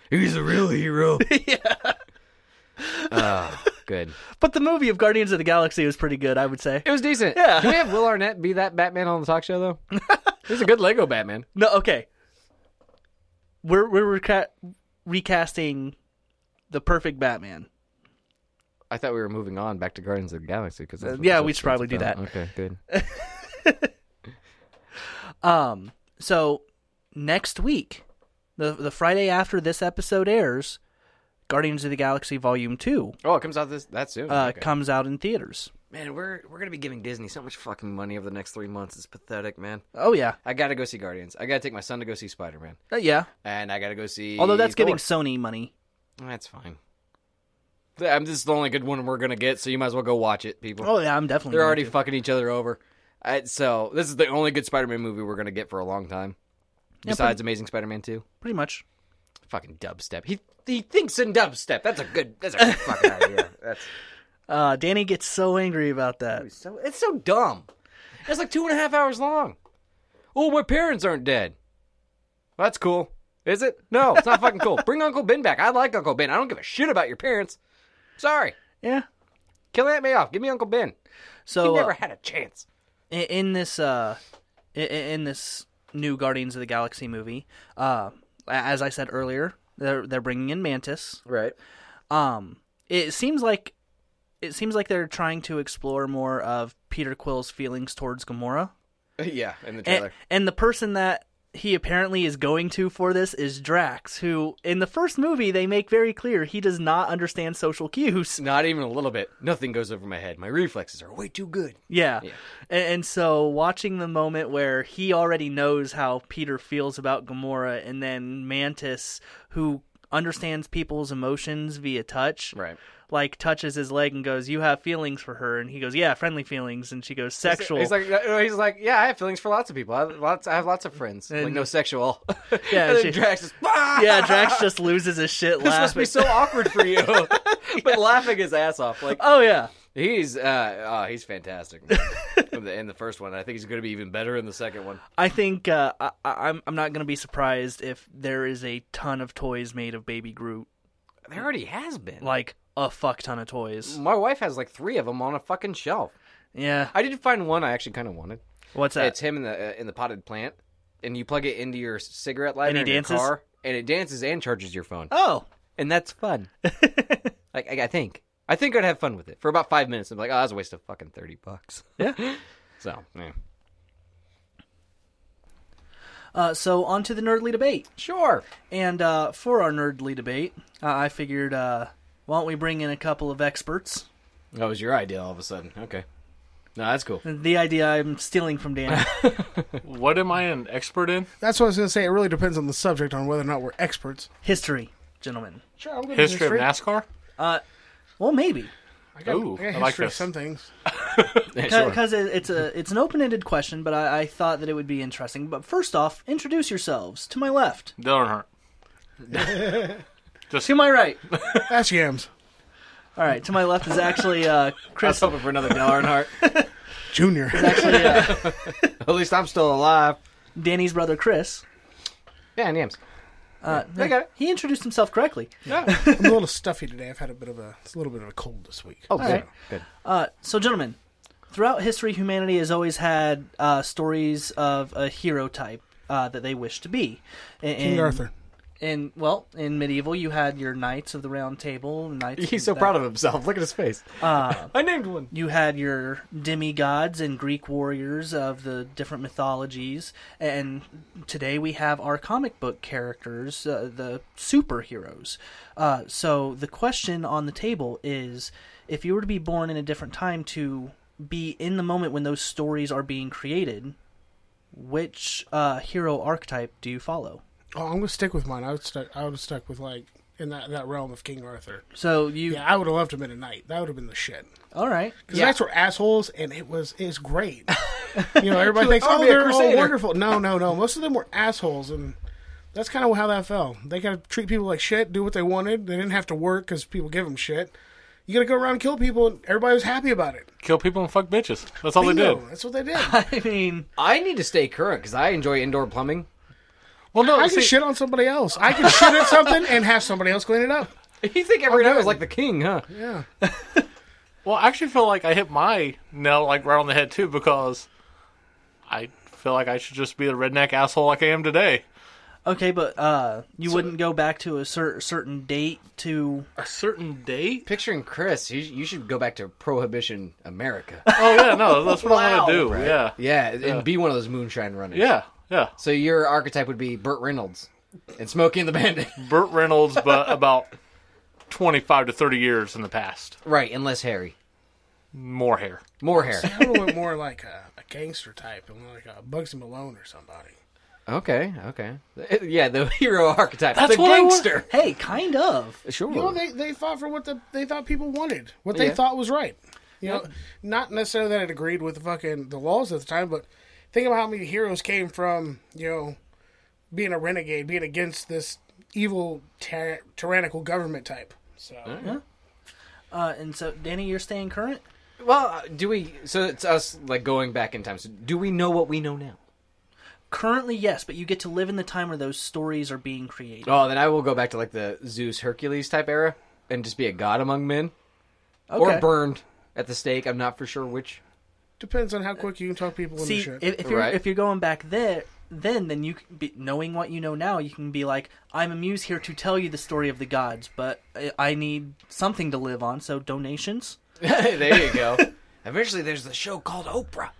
Speaker 2: He's a real hero. [laughs] yeah. Oh, good.
Speaker 1: But the movie of Guardians of the Galaxy was pretty good, I would say.
Speaker 2: It was decent.
Speaker 1: Yeah.
Speaker 2: Can we have Will Arnett be that Batman on the talk show though? [laughs] He's a good Lego Batman.
Speaker 1: No, okay. We're we're reca- recasting the perfect Batman.
Speaker 2: I thought we were moving on back to Guardians of the Galaxy because
Speaker 1: Uh, yeah, we should probably do that.
Speaker 2: Okay, [laughs] good.
Speaker 1: Um, so next week, the the Friday after this episode airs, Guardians of the Galaxy Volume Two
Speaker 2: Oh, it comes out this that soon.
Speaker 1: uh,
Speaker 2: Okay.
Speaker 1: comes out in theaters.
Speaker 2: Man, we're we're gonna be giving Disney so much fucking money over the next three months. It's pathetic, man.
Speaker 1: Oh yeah,
Speaker 2: I gotta go see Guardians. I gotta take my son to go see Spider Man,
Speaker 1: Uh, yeah.
Speaker 2: and I gotta go see.
Speaker 1: Although that's
Speaker 2: Thor.
Speaker 1: giving Sony money.
Speaker 2: That's fine. Th- um, This is the only good one we're gonna get, so you might as well go watch it, people.
Speaker 1: Oh yeah, I'm definitely.
Speaker 2: They're
Speaker 1: going
Speaker 2: already
Speaker 1: to.
Speaker 2: fucking each other over. I, so this is the only good Spider Man movie we're gonna get for a long time, besides Amazing Spider Man Two.
Speaker 1: pretty much.
Speaker 2: Fucking dubstep. He he thinks in dubstep. That's a good. That's a good [laughs] fucking idea. That's
Speaker 1: Uh, Danny gets so angry about that.
Speaker 2: It's so it's so dumb. It's like two and a half hours long. Oh, my parents aren't dead. Well, that's cool. Is it? No, it's not fucking cool. Bring Uncle Ben back. I like Uncle Ben. I don't give a shit about your parents. Sorry.
Speaker 1: Yeah.
Speaker 2: Kill Aunt May off. Give me Uncle Ben. He
Speaker 1: So uh,
Speaker 2: never had a chance.
Speaker 1: in, in this uh, in, in this new Guardians of the Galaxy movie, uh, a- as I said earlier, they're they're bringing in Mantis.
Speaker 2: Right.
Speaker 1: um it seems like it seems like they're trying to explore more of Peter Quill's feelings towards Gamora.
Speaker 2: [laughs] yeah, in the
Speaker 1: And,
Speaker 2: trailer.
Speaker 1: and the person that he apparently is going to for this is Drax, who in the first movie they make very clear he does not understand social cues. [laughs]
Speaker 2: Not even a little bit. Nothing goes over my head. My reflexes are way too good.
Speaker 1: Yeah.
Speaker 2: Yeah.
Speaker 1: A- And, so watching the moment where he already knows how Peter feels about Gamora and then Mantis who understands people's emotions via touch.
Speaker 2: Right.
Speaker 1: like touches his leg and goes, "You have feelings for her," and he goes, "Yeah, friendly feelings," and she goes, "Sexual."
Speaker 2: He's like, uh, he's like, yeah, I have feelings for lots of people. I have lots, I have lots of friends. like
Speaker 1: And-
Speaker 2: no sexual. [laughs]
Speaker 1: Yeah,
Speaker 2: and then
Speaker 1: she-
Speaker 2: Drax is. "Ah!"
Speaker 1: yeah,
Speaker 2: [laughs]
Speaker 1: Drax just loses his shit
Speaker 2: This must
Speaker 1: laughing.
Speaker 2: be so awkward for
Speaker 1: [laughs]
Speaker 2: you. [laughs] but laughing his ass off, like
Speaker 1: oh yeah,
Speaker 2: he's uh, oh, he's fantastic.
Speaker 1: [laughs]
Speaker 2: man. in, the, in the first one, I think he's going to be even better in the second one.
Speaker 1: I think uh, I, I- I'm I'm not gonna be surprised if there is a ton of toys made of Baby Groot,
Speaker 2: There already has been.
Speaker 1: like a fuck ton of toys.
Speaker 2: My wife has like three of them on a fucking shelf.
Speaker 1: Yeah,
Speaker 2: I did find one I actually kind of wanted.
Speaker 1: what's that?
Speaker 2: it's him in the uh, in the potted plant, and you plug it into your cigarette lighter
Speaker 1: And he
Speaker 2: in your
Speaker 1: dances?
Speaker 2: car, and it dances and charges your phone,
Speaker 1: oh,
Speaker 2: and that's [laughs] fun. like I, I think, I think I'd have fun with it for about five minutes. I'm like, oh, that's a waste of fucking thirty bucks.
Speaker 1: yeah.
Speaker 2: [laughs] So, yeah.
Speaker 1: Uh, so on to the nerdly debate,
Speaker 2: sure.
Speaker 1: and uh, for our nerdly debate, uh, I figured, uh, why don't we bring in a couple of experts?
Speaker 2: That was your idea all of a sudden. Okay. No, that's cool.
Speaker 1: The idea I'm stealing from [laughs] Dan.
Speaker 3: What am I an expert in?
Speaker 4: That's what I was going to say. It really depends on the subject, on whether or not we're experts.
Speaker 1: History, gentlemen.
Speaker 4: Sure, I'm good
Speaker 3: History of NASCAR?
Speaker 1: Well, maybe.
Speaker 4: I got,
Speaker 3: Ooh,
Speaker 4: I got
Speaker 3: I like
Speaker 4: history of
Speaker 3: this.
Speaker 4: some things.
Speaker 2: [laughs]
Speaker 1: because it's a it's an open ended question, but I, I thought that it would be interesting. But first off, introduce yourselves. To my left,
Speaker 3: Dylan Hurt. Just
Speaker 1: to my right.
Speaker 4: Ask Yams.
Speaker 1: All right, to my left is actually uh,
Speaker 2: I was
Speaker 1: Chris.
Speaker 2: hoping for another Dale [laughs] Earnhardt.
Speaker 4: Junior.
Speaker 1: actually, uh,
Speaker 2: At least I'm still alive.
Speaker 1: Danny's brother, Chris.
Speaker 2: Yeah, names.
Speaker 1: Uh,
Speaker 2: I got it.
Speaker 1: He introduced himself correctly.
Speaker 2: Yeah.
Speaker 4: I'm a little stuffy today. I've had a bit of a, it's a little bit of a cold this week.
Speaker 2: Oh,
Speaker 4: So,
Speaker 2: good.
Speaker 1: right.
Speaker 2: Good.
Speaker 1: Uh, so, gentlemen, throughout history, humanity has always had uh, stories of a hero type uh, that they wish to be. And,
Speaker 4: King Arthur.
Speaker 1: And well, in medieval, you had your knights of the Round Table. Knights.
Speaker 2: He's so
Speaker 1: that-
Speaker 2: proud of himself. Look at his face.
Speaker 4: Uh,
Speaker 2: [laughs] I named one.
Speaker 1: you had your demigods and Greek warriors of the different mythologies, and today we have our comic book characters, uh, the superheroes. Uh, so the question on the table is if you were to be born in a different time to be in the moment when those stories are being created, which uh, hero archetype do you follow?
Speaker 4: Oh, I'm going to stick with mine. I would stuck. I would have stuck with like in that, that realm of King Arthur.
Speaker 1: So you,
Speaker 4: Yeah, I would have loved him in a night. That would have been the shit.
Speaker 1: all right, [laughs]
Speaker 4: Because knights were assholes, and it was it was great. you know, everybody thinks,
Speaker 2: "I'll
Speaker 4: oh,
Speaker 2: be a
Speaker 4: they're all
Speaker 2: crusader."
Speaker 4: wonderful. No, no, no. Most of them were assholes, and That's kind of how that fell. They got to treat people like shit, do what they wanted. They didn't have to work because people give them shit. You got to go around and kill people, and everybody was happy about it.
Speaker 3: Kill people and fuck bitches. That's all they
Speaker 4: Bingo.
Speaker 3: did.
Speaker 4: That's what they did.
Speaker 1: I mean,
Speaker 2: I need to stay current because I enjoy indoor plumbing. [laughs]
Speaker 3: Well, no,
Speaker 4: I
Speaker 3: see,
Speaker 4: can shit on somebody else. I can shit at something and have somebody else clean it up.
Speaker 2: You think every night was like the king, huh?
Speaker 4: Yeah.
Speaker 3: well, I actually feel like I hit my nail like right on the head too because I feel like I should just be the redneck asshole like I am today.
Speaker 1: okay, but uh, you wouldn't go back to a cer- certain date to.
Speaker 3: A certain date?
Speaker 2: Picturing Chris, you, you should go back to Prohibition America.
Speaker 3: [laughs] Oh yeah, no, that's what I want to do. Yeah,
Speaker 2: yeah, and be one of those moonshine runners.
Speaker 3: yeah, yeah.
Speaker 2: So your archetype would be Burt Reynolds and Smokey and the Bandit. [laughs]
Speaker 3: Burt Reynolds, but [laughs] about twenty-five to thirty years in the past.
Speaker 2: right, and less hairy.
Speaker 3: More hair.
Speaker 2: More hair.
Speaker 4: I would have went more like a, a gangster type, and like a Bugsy Malone or somebody.
Speaker 2: [laughs] Okay, okay. [laughs] Yeah, the hero archetype.
Speaker 3: That's
Speaker 2: the
Speaker 3: what I want.
Speaker 2: gangster.
Speaker 1: Hey, kind of.
Speaker 2: Sure.
Speaker 4: You know, they, they fought for what the, they thought people wanted, what they
Speaker 2: Yeah.
Speaker 4: thought was right. You know, not necessarily that it agreed with the fucking the laws at the time, but think about how many heroes came from you know being a renegade, being against this evil tyr- tyrannical government type. So
Speaker 1: Uh, and so, Danny, you're staying current.
Speaker 2: well, uh, do we? So it's us like going back in time. So do we know what we know now?
Speaker 1: Currently, yes, but you get to live in the time where those stories are being created.
Speaker 2: Oh, then I will go back to like the Zeus Hercules type era and just be a god among men,
Speaker 1: Okay.
Speaker 2: or burned at the stake. I'm not for sure which. [laughs]
Speaker 4: depends on how quick you can talk people into
Speaker 1: See,
Speaker 4: shit.
Speaker 1: if, if you're
Speaker 2: Right.
Speaker 1: if you're going back there, then then you can be, knowing what you know now, you can be like, I'm a muse here to tell you the story of the gods, but I, I need something to live on, so donations.
Speaker 2: there you go. [laughs] Eventually, there's the show called Oprah,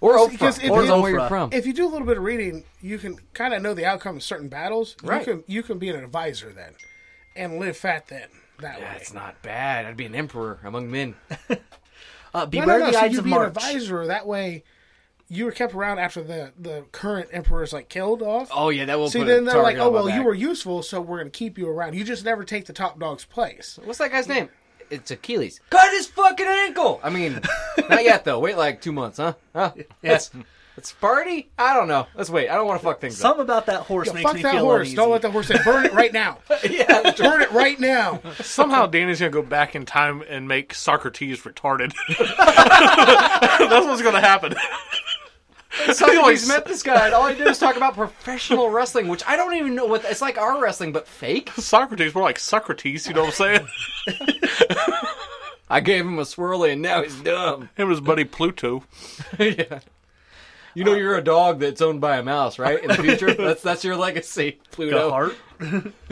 Speaker 2: or
Speaker 4: because
Speaker 2: Oprah,
Speaker 4: if
Speaker 2: or
Speaker 4: you-
Speaker 2: know where
Speaker 1: Oprah.
Speaker 2: you're from.
Speaker 4: if you do a little bit of reading, you can kind of know the outcome of certain battles.
Speaker 2: Right.
Speaker 4: You can you can be an advisor then, and live fat then that way.
Speaker 2: That's not bad. I'd be an emperor among men.
Speaker 1: Uh,
Speaker 4: No,
Speaker 1: beware
Speaker 4: no, no.
Speaker 1: the
Speaker 4: So
Speaker 1: Ides
Speaker 4: you
Speaker 1: of
Speaker 4: be an
Speaker 1: March.
Speaker 4: advisor that way. You were kept around after the the current emperor's like killed off.
Speaker 2: Oh yeah, that will.
Speaker 4: See,
Speaker 2: put
Speaker 4: then
Speaker 2: a
Speaker 4: they're like,
Speaker 2: target
Speaker 4: "Oh
Speaker 2: on my
Speaker 4: well, you
Speaker 2: back.
Speaker 4: were useful, so we're gonna keep you around. You just never take the top dog's place."
Speaker 2: What's that guy's name? It's Achilles. [laughs] Cut his fucking ankle. I mean, not yet though. Wait like two months, huh? [laughs] Huh? Yes. It's party. I don't know. Let's wait. I don't want to fuck things up.
Speaker 1: Something about that horse
Speaker 4: Yeah,
Speaker 1: makes
Speaker 4: fuck
Speaker 1: me
Speaker 4: that
Speaker 1: feel
Speaker 4: horse!
Speaker 1: uneasy.
Speaker 4: Don't let that horse in. Burn it right now!
Speaker 2: [laughs] Yeah.
Speaker 4: Burn it right now!
Speaker 3: Somehow Danny's gonna go back in time and make Socrates [laughs] retarded. That's what's gonna happen.
Speaker 2: Somebody's met this guy, and all he did was talk about professional wrestling, which I don't even know what. It's like our wrestling, but fake.
Speaker 3: Socrates, we're like Socrates, you know what I'm [laughs] saying?
Speaker 2: [laughs] I gave him a swirly, and now he's dumb.
Speaker 3: Him and his buddy Pluto.
Speaker 2: [laughs] yeah. You know, you're a dog that's owned by a mouse, right? In the [laughs] future, that's that's your legacy, Pluto.
Speaker 1: Heart.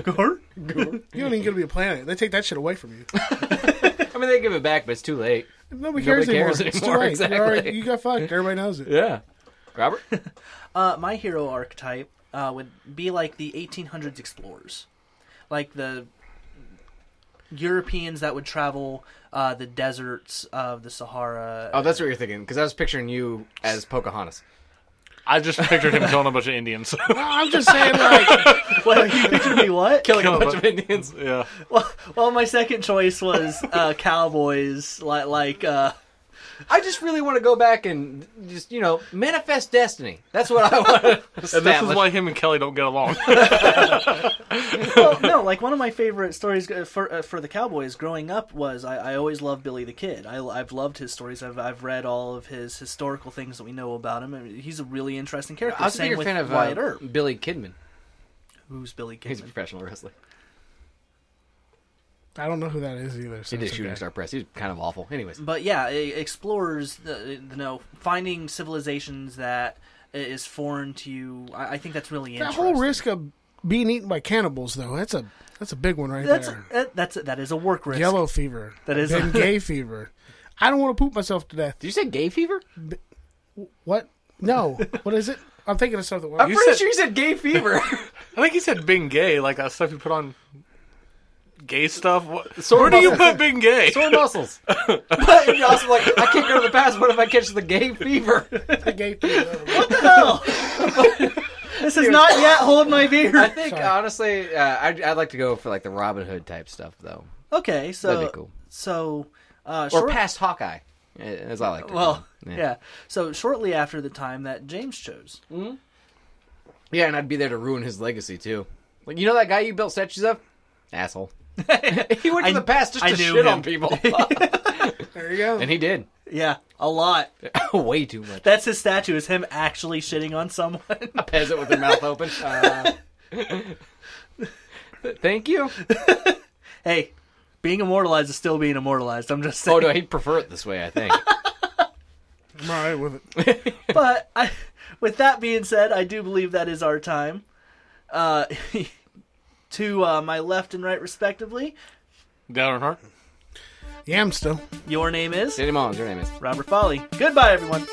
Speaker 1: Heart.
Speaker 4: You don't even get to be a planet. They take that shit away from you. [laughs]
Speaker 2: I mean, they give it back, but it's too late.
Speaker 4: Nobody cares,
Speaker 2: cares
Speaker 4: anymore. It's too
Speaker 2: anymore,
Speaker 4: late. You're already-
Speaker 2: exactly.
Speaker 4: you got fucked. Everybody knows it.
Speaker 2: Yeah, Robert.
Speaker 1: Uh, my hero archetype uh, would be like the 1800s explorers, like the Europeans that would travel uh, the deserts of the Sahara.
Speaker 2: Oh, that's what you're thinking, because I was picturing you as Pocahontas.
Speaker 3: I just pictured him killing a bunch of Indians. [laughs]
Speaker 4: No, I'm just saying,
Speaker 1: [laughs]
Speaker 4: like,
Speaker 1: What, you pictured me what?
Speaker 2: Killing a
Speaker 3: Killing
Speaker 2: bunch
Speaker 3: a
Speaker 2: of Indians.
Speaker 3: yeah.
Speaker 1: [laughs] well, well, my second choice was [laughs] uh, cowboys, like like uh,
Speaker 2: I just really want to go back and just, you know, manifest destiny. That's what I want to
Speaker 3: And this is
Speaker 2: establish.
Speaker 3: why him and Kelly don't get [laughs] along.
Speaker 1: [laughs] well, no, like one of my favorite stories uh, for uh, for the cowboys growing up was I, I always loved Billy the Kid. I, I've loved his stories. I've I've read all of his historical things that we know about him. I mean, he's a really interesting character.
Speaker 2: I was a
Speaker 1: Same
Speaker 2: bigger
Speaker 1: with
Speaker 2: fan of
Speaker 1: Wyatt
Speaker 2: uh,
Speaker 1: Earp.
Speaker 2: Billy Kidman.
Speaker 1: Who's Billy
Speaker 2: He's a
Speaker 1: Kidman?
Speaker 2: professional wrestler.
Speaker 4: I don't know who that is either. So
Speaker 2: He did
Speaker 4: it's
Speaker 2: shooting
Speaker 4: okay.
Speaker 2: star press. He was kind of awful. Anyways,
Speaker 1: But yeah, it explores the you know finding civilizations that i- is foreign to you. I, I think that's really
Speaker 4: That
Speaker 1: interesting.
Speaker 4: whole risk of being eaten by cannibals, though, that's a that's a big one right
Speaker 1: that's
Speaker 4: there.
Speaker 1: that, that's that is a work risk.
Speaker 4: [laughs] Yellow fever.
Speaker 1: That is-
Speaker 4: then gay fever. I don't want to poop myself to death.
Speaker 2: did you say gay fever?
Speaker 4: What? No. what is it? I'm thinking of something.
Speaker 2: I'm pretty
Speaker 3: said-
Speaker 2: sure you said gay fever.
Speaker 3: I think he said being gay, like that stuff you put on gay stuff. What,
Speaker 2: Sore
Speaker 3: where do you
Speaker 2: muscles.
Speaker 3: put being
Speaker 2: [laughs]
Speaker 3: gay?
Speaker 2: Sore muscles. [laughs] but you're also like, I can't go to the past. What if I catch the gay fever?
Speaker 4: the gay fever.
Speaker 1: [laughs] [laughs] No. this is not yet hold my
Speaker 2: I
Speaker 1: beer.
Speaker 2: think honestly, uh, I'd, I'd like to go for like the Robin Hood type stuff though,
Speaker 1: Okay, so
Speaker 2: That'd be cool.
Speaker 1: so uh,
Speaker 2: or
Speaker 1: short-
Speaker 2: past Hawkeye, eh,
Speaker 1: [laughs]
Speaker 2: as I like to.
Speaker 1: well,
Speaker 2: call him.
Speaker 1: yeah. So shortly after the time that James chose,
Speaker 2: Yeah, and I'd be there to ruin his legacy too. Like you know that guy you built statues of, [laughs] asshole. he went to
Speaker 1: I-
Speaker 2: the past just
Speaker 1: I
Speaker 2: to
Speaker 1: knew
Speaker 2: shit on
Speaker 1: him.
Speaker 2: [laughs] people,
Speaker 4: There you go.
Speaker 2: and he did [laughs]
Speaker 1: Yeah, a lot.
Speaker 2: way too
Speaker 1: [laughs]
Speaker 2: much.
Speaker 1: That's his statue. Is him actually shitting on someone? [laughs]
Speaker 2: A peasant with their mouth open. [laughs] Uh, thank you.
Speaker 1: hey, being immortalized is still being immortalized. I'm just saying.
Speaker 2: Oh no, he'd prefer it this way. I [laughs] think.
Speaker 4: I'm all right with it.
Speaker 1: but I, with that being said, I do believe that is our time. Uh, [laughs] to uh, my left and right, respectively.
Speaker 3: Down in heart.
Speaker 4: Yeah, I'm still.
Speaker 1: Your name is
Speaker 2: Danny Mullins, your name is.
Speaker 1: Robert Folly. Goodbye, everyone.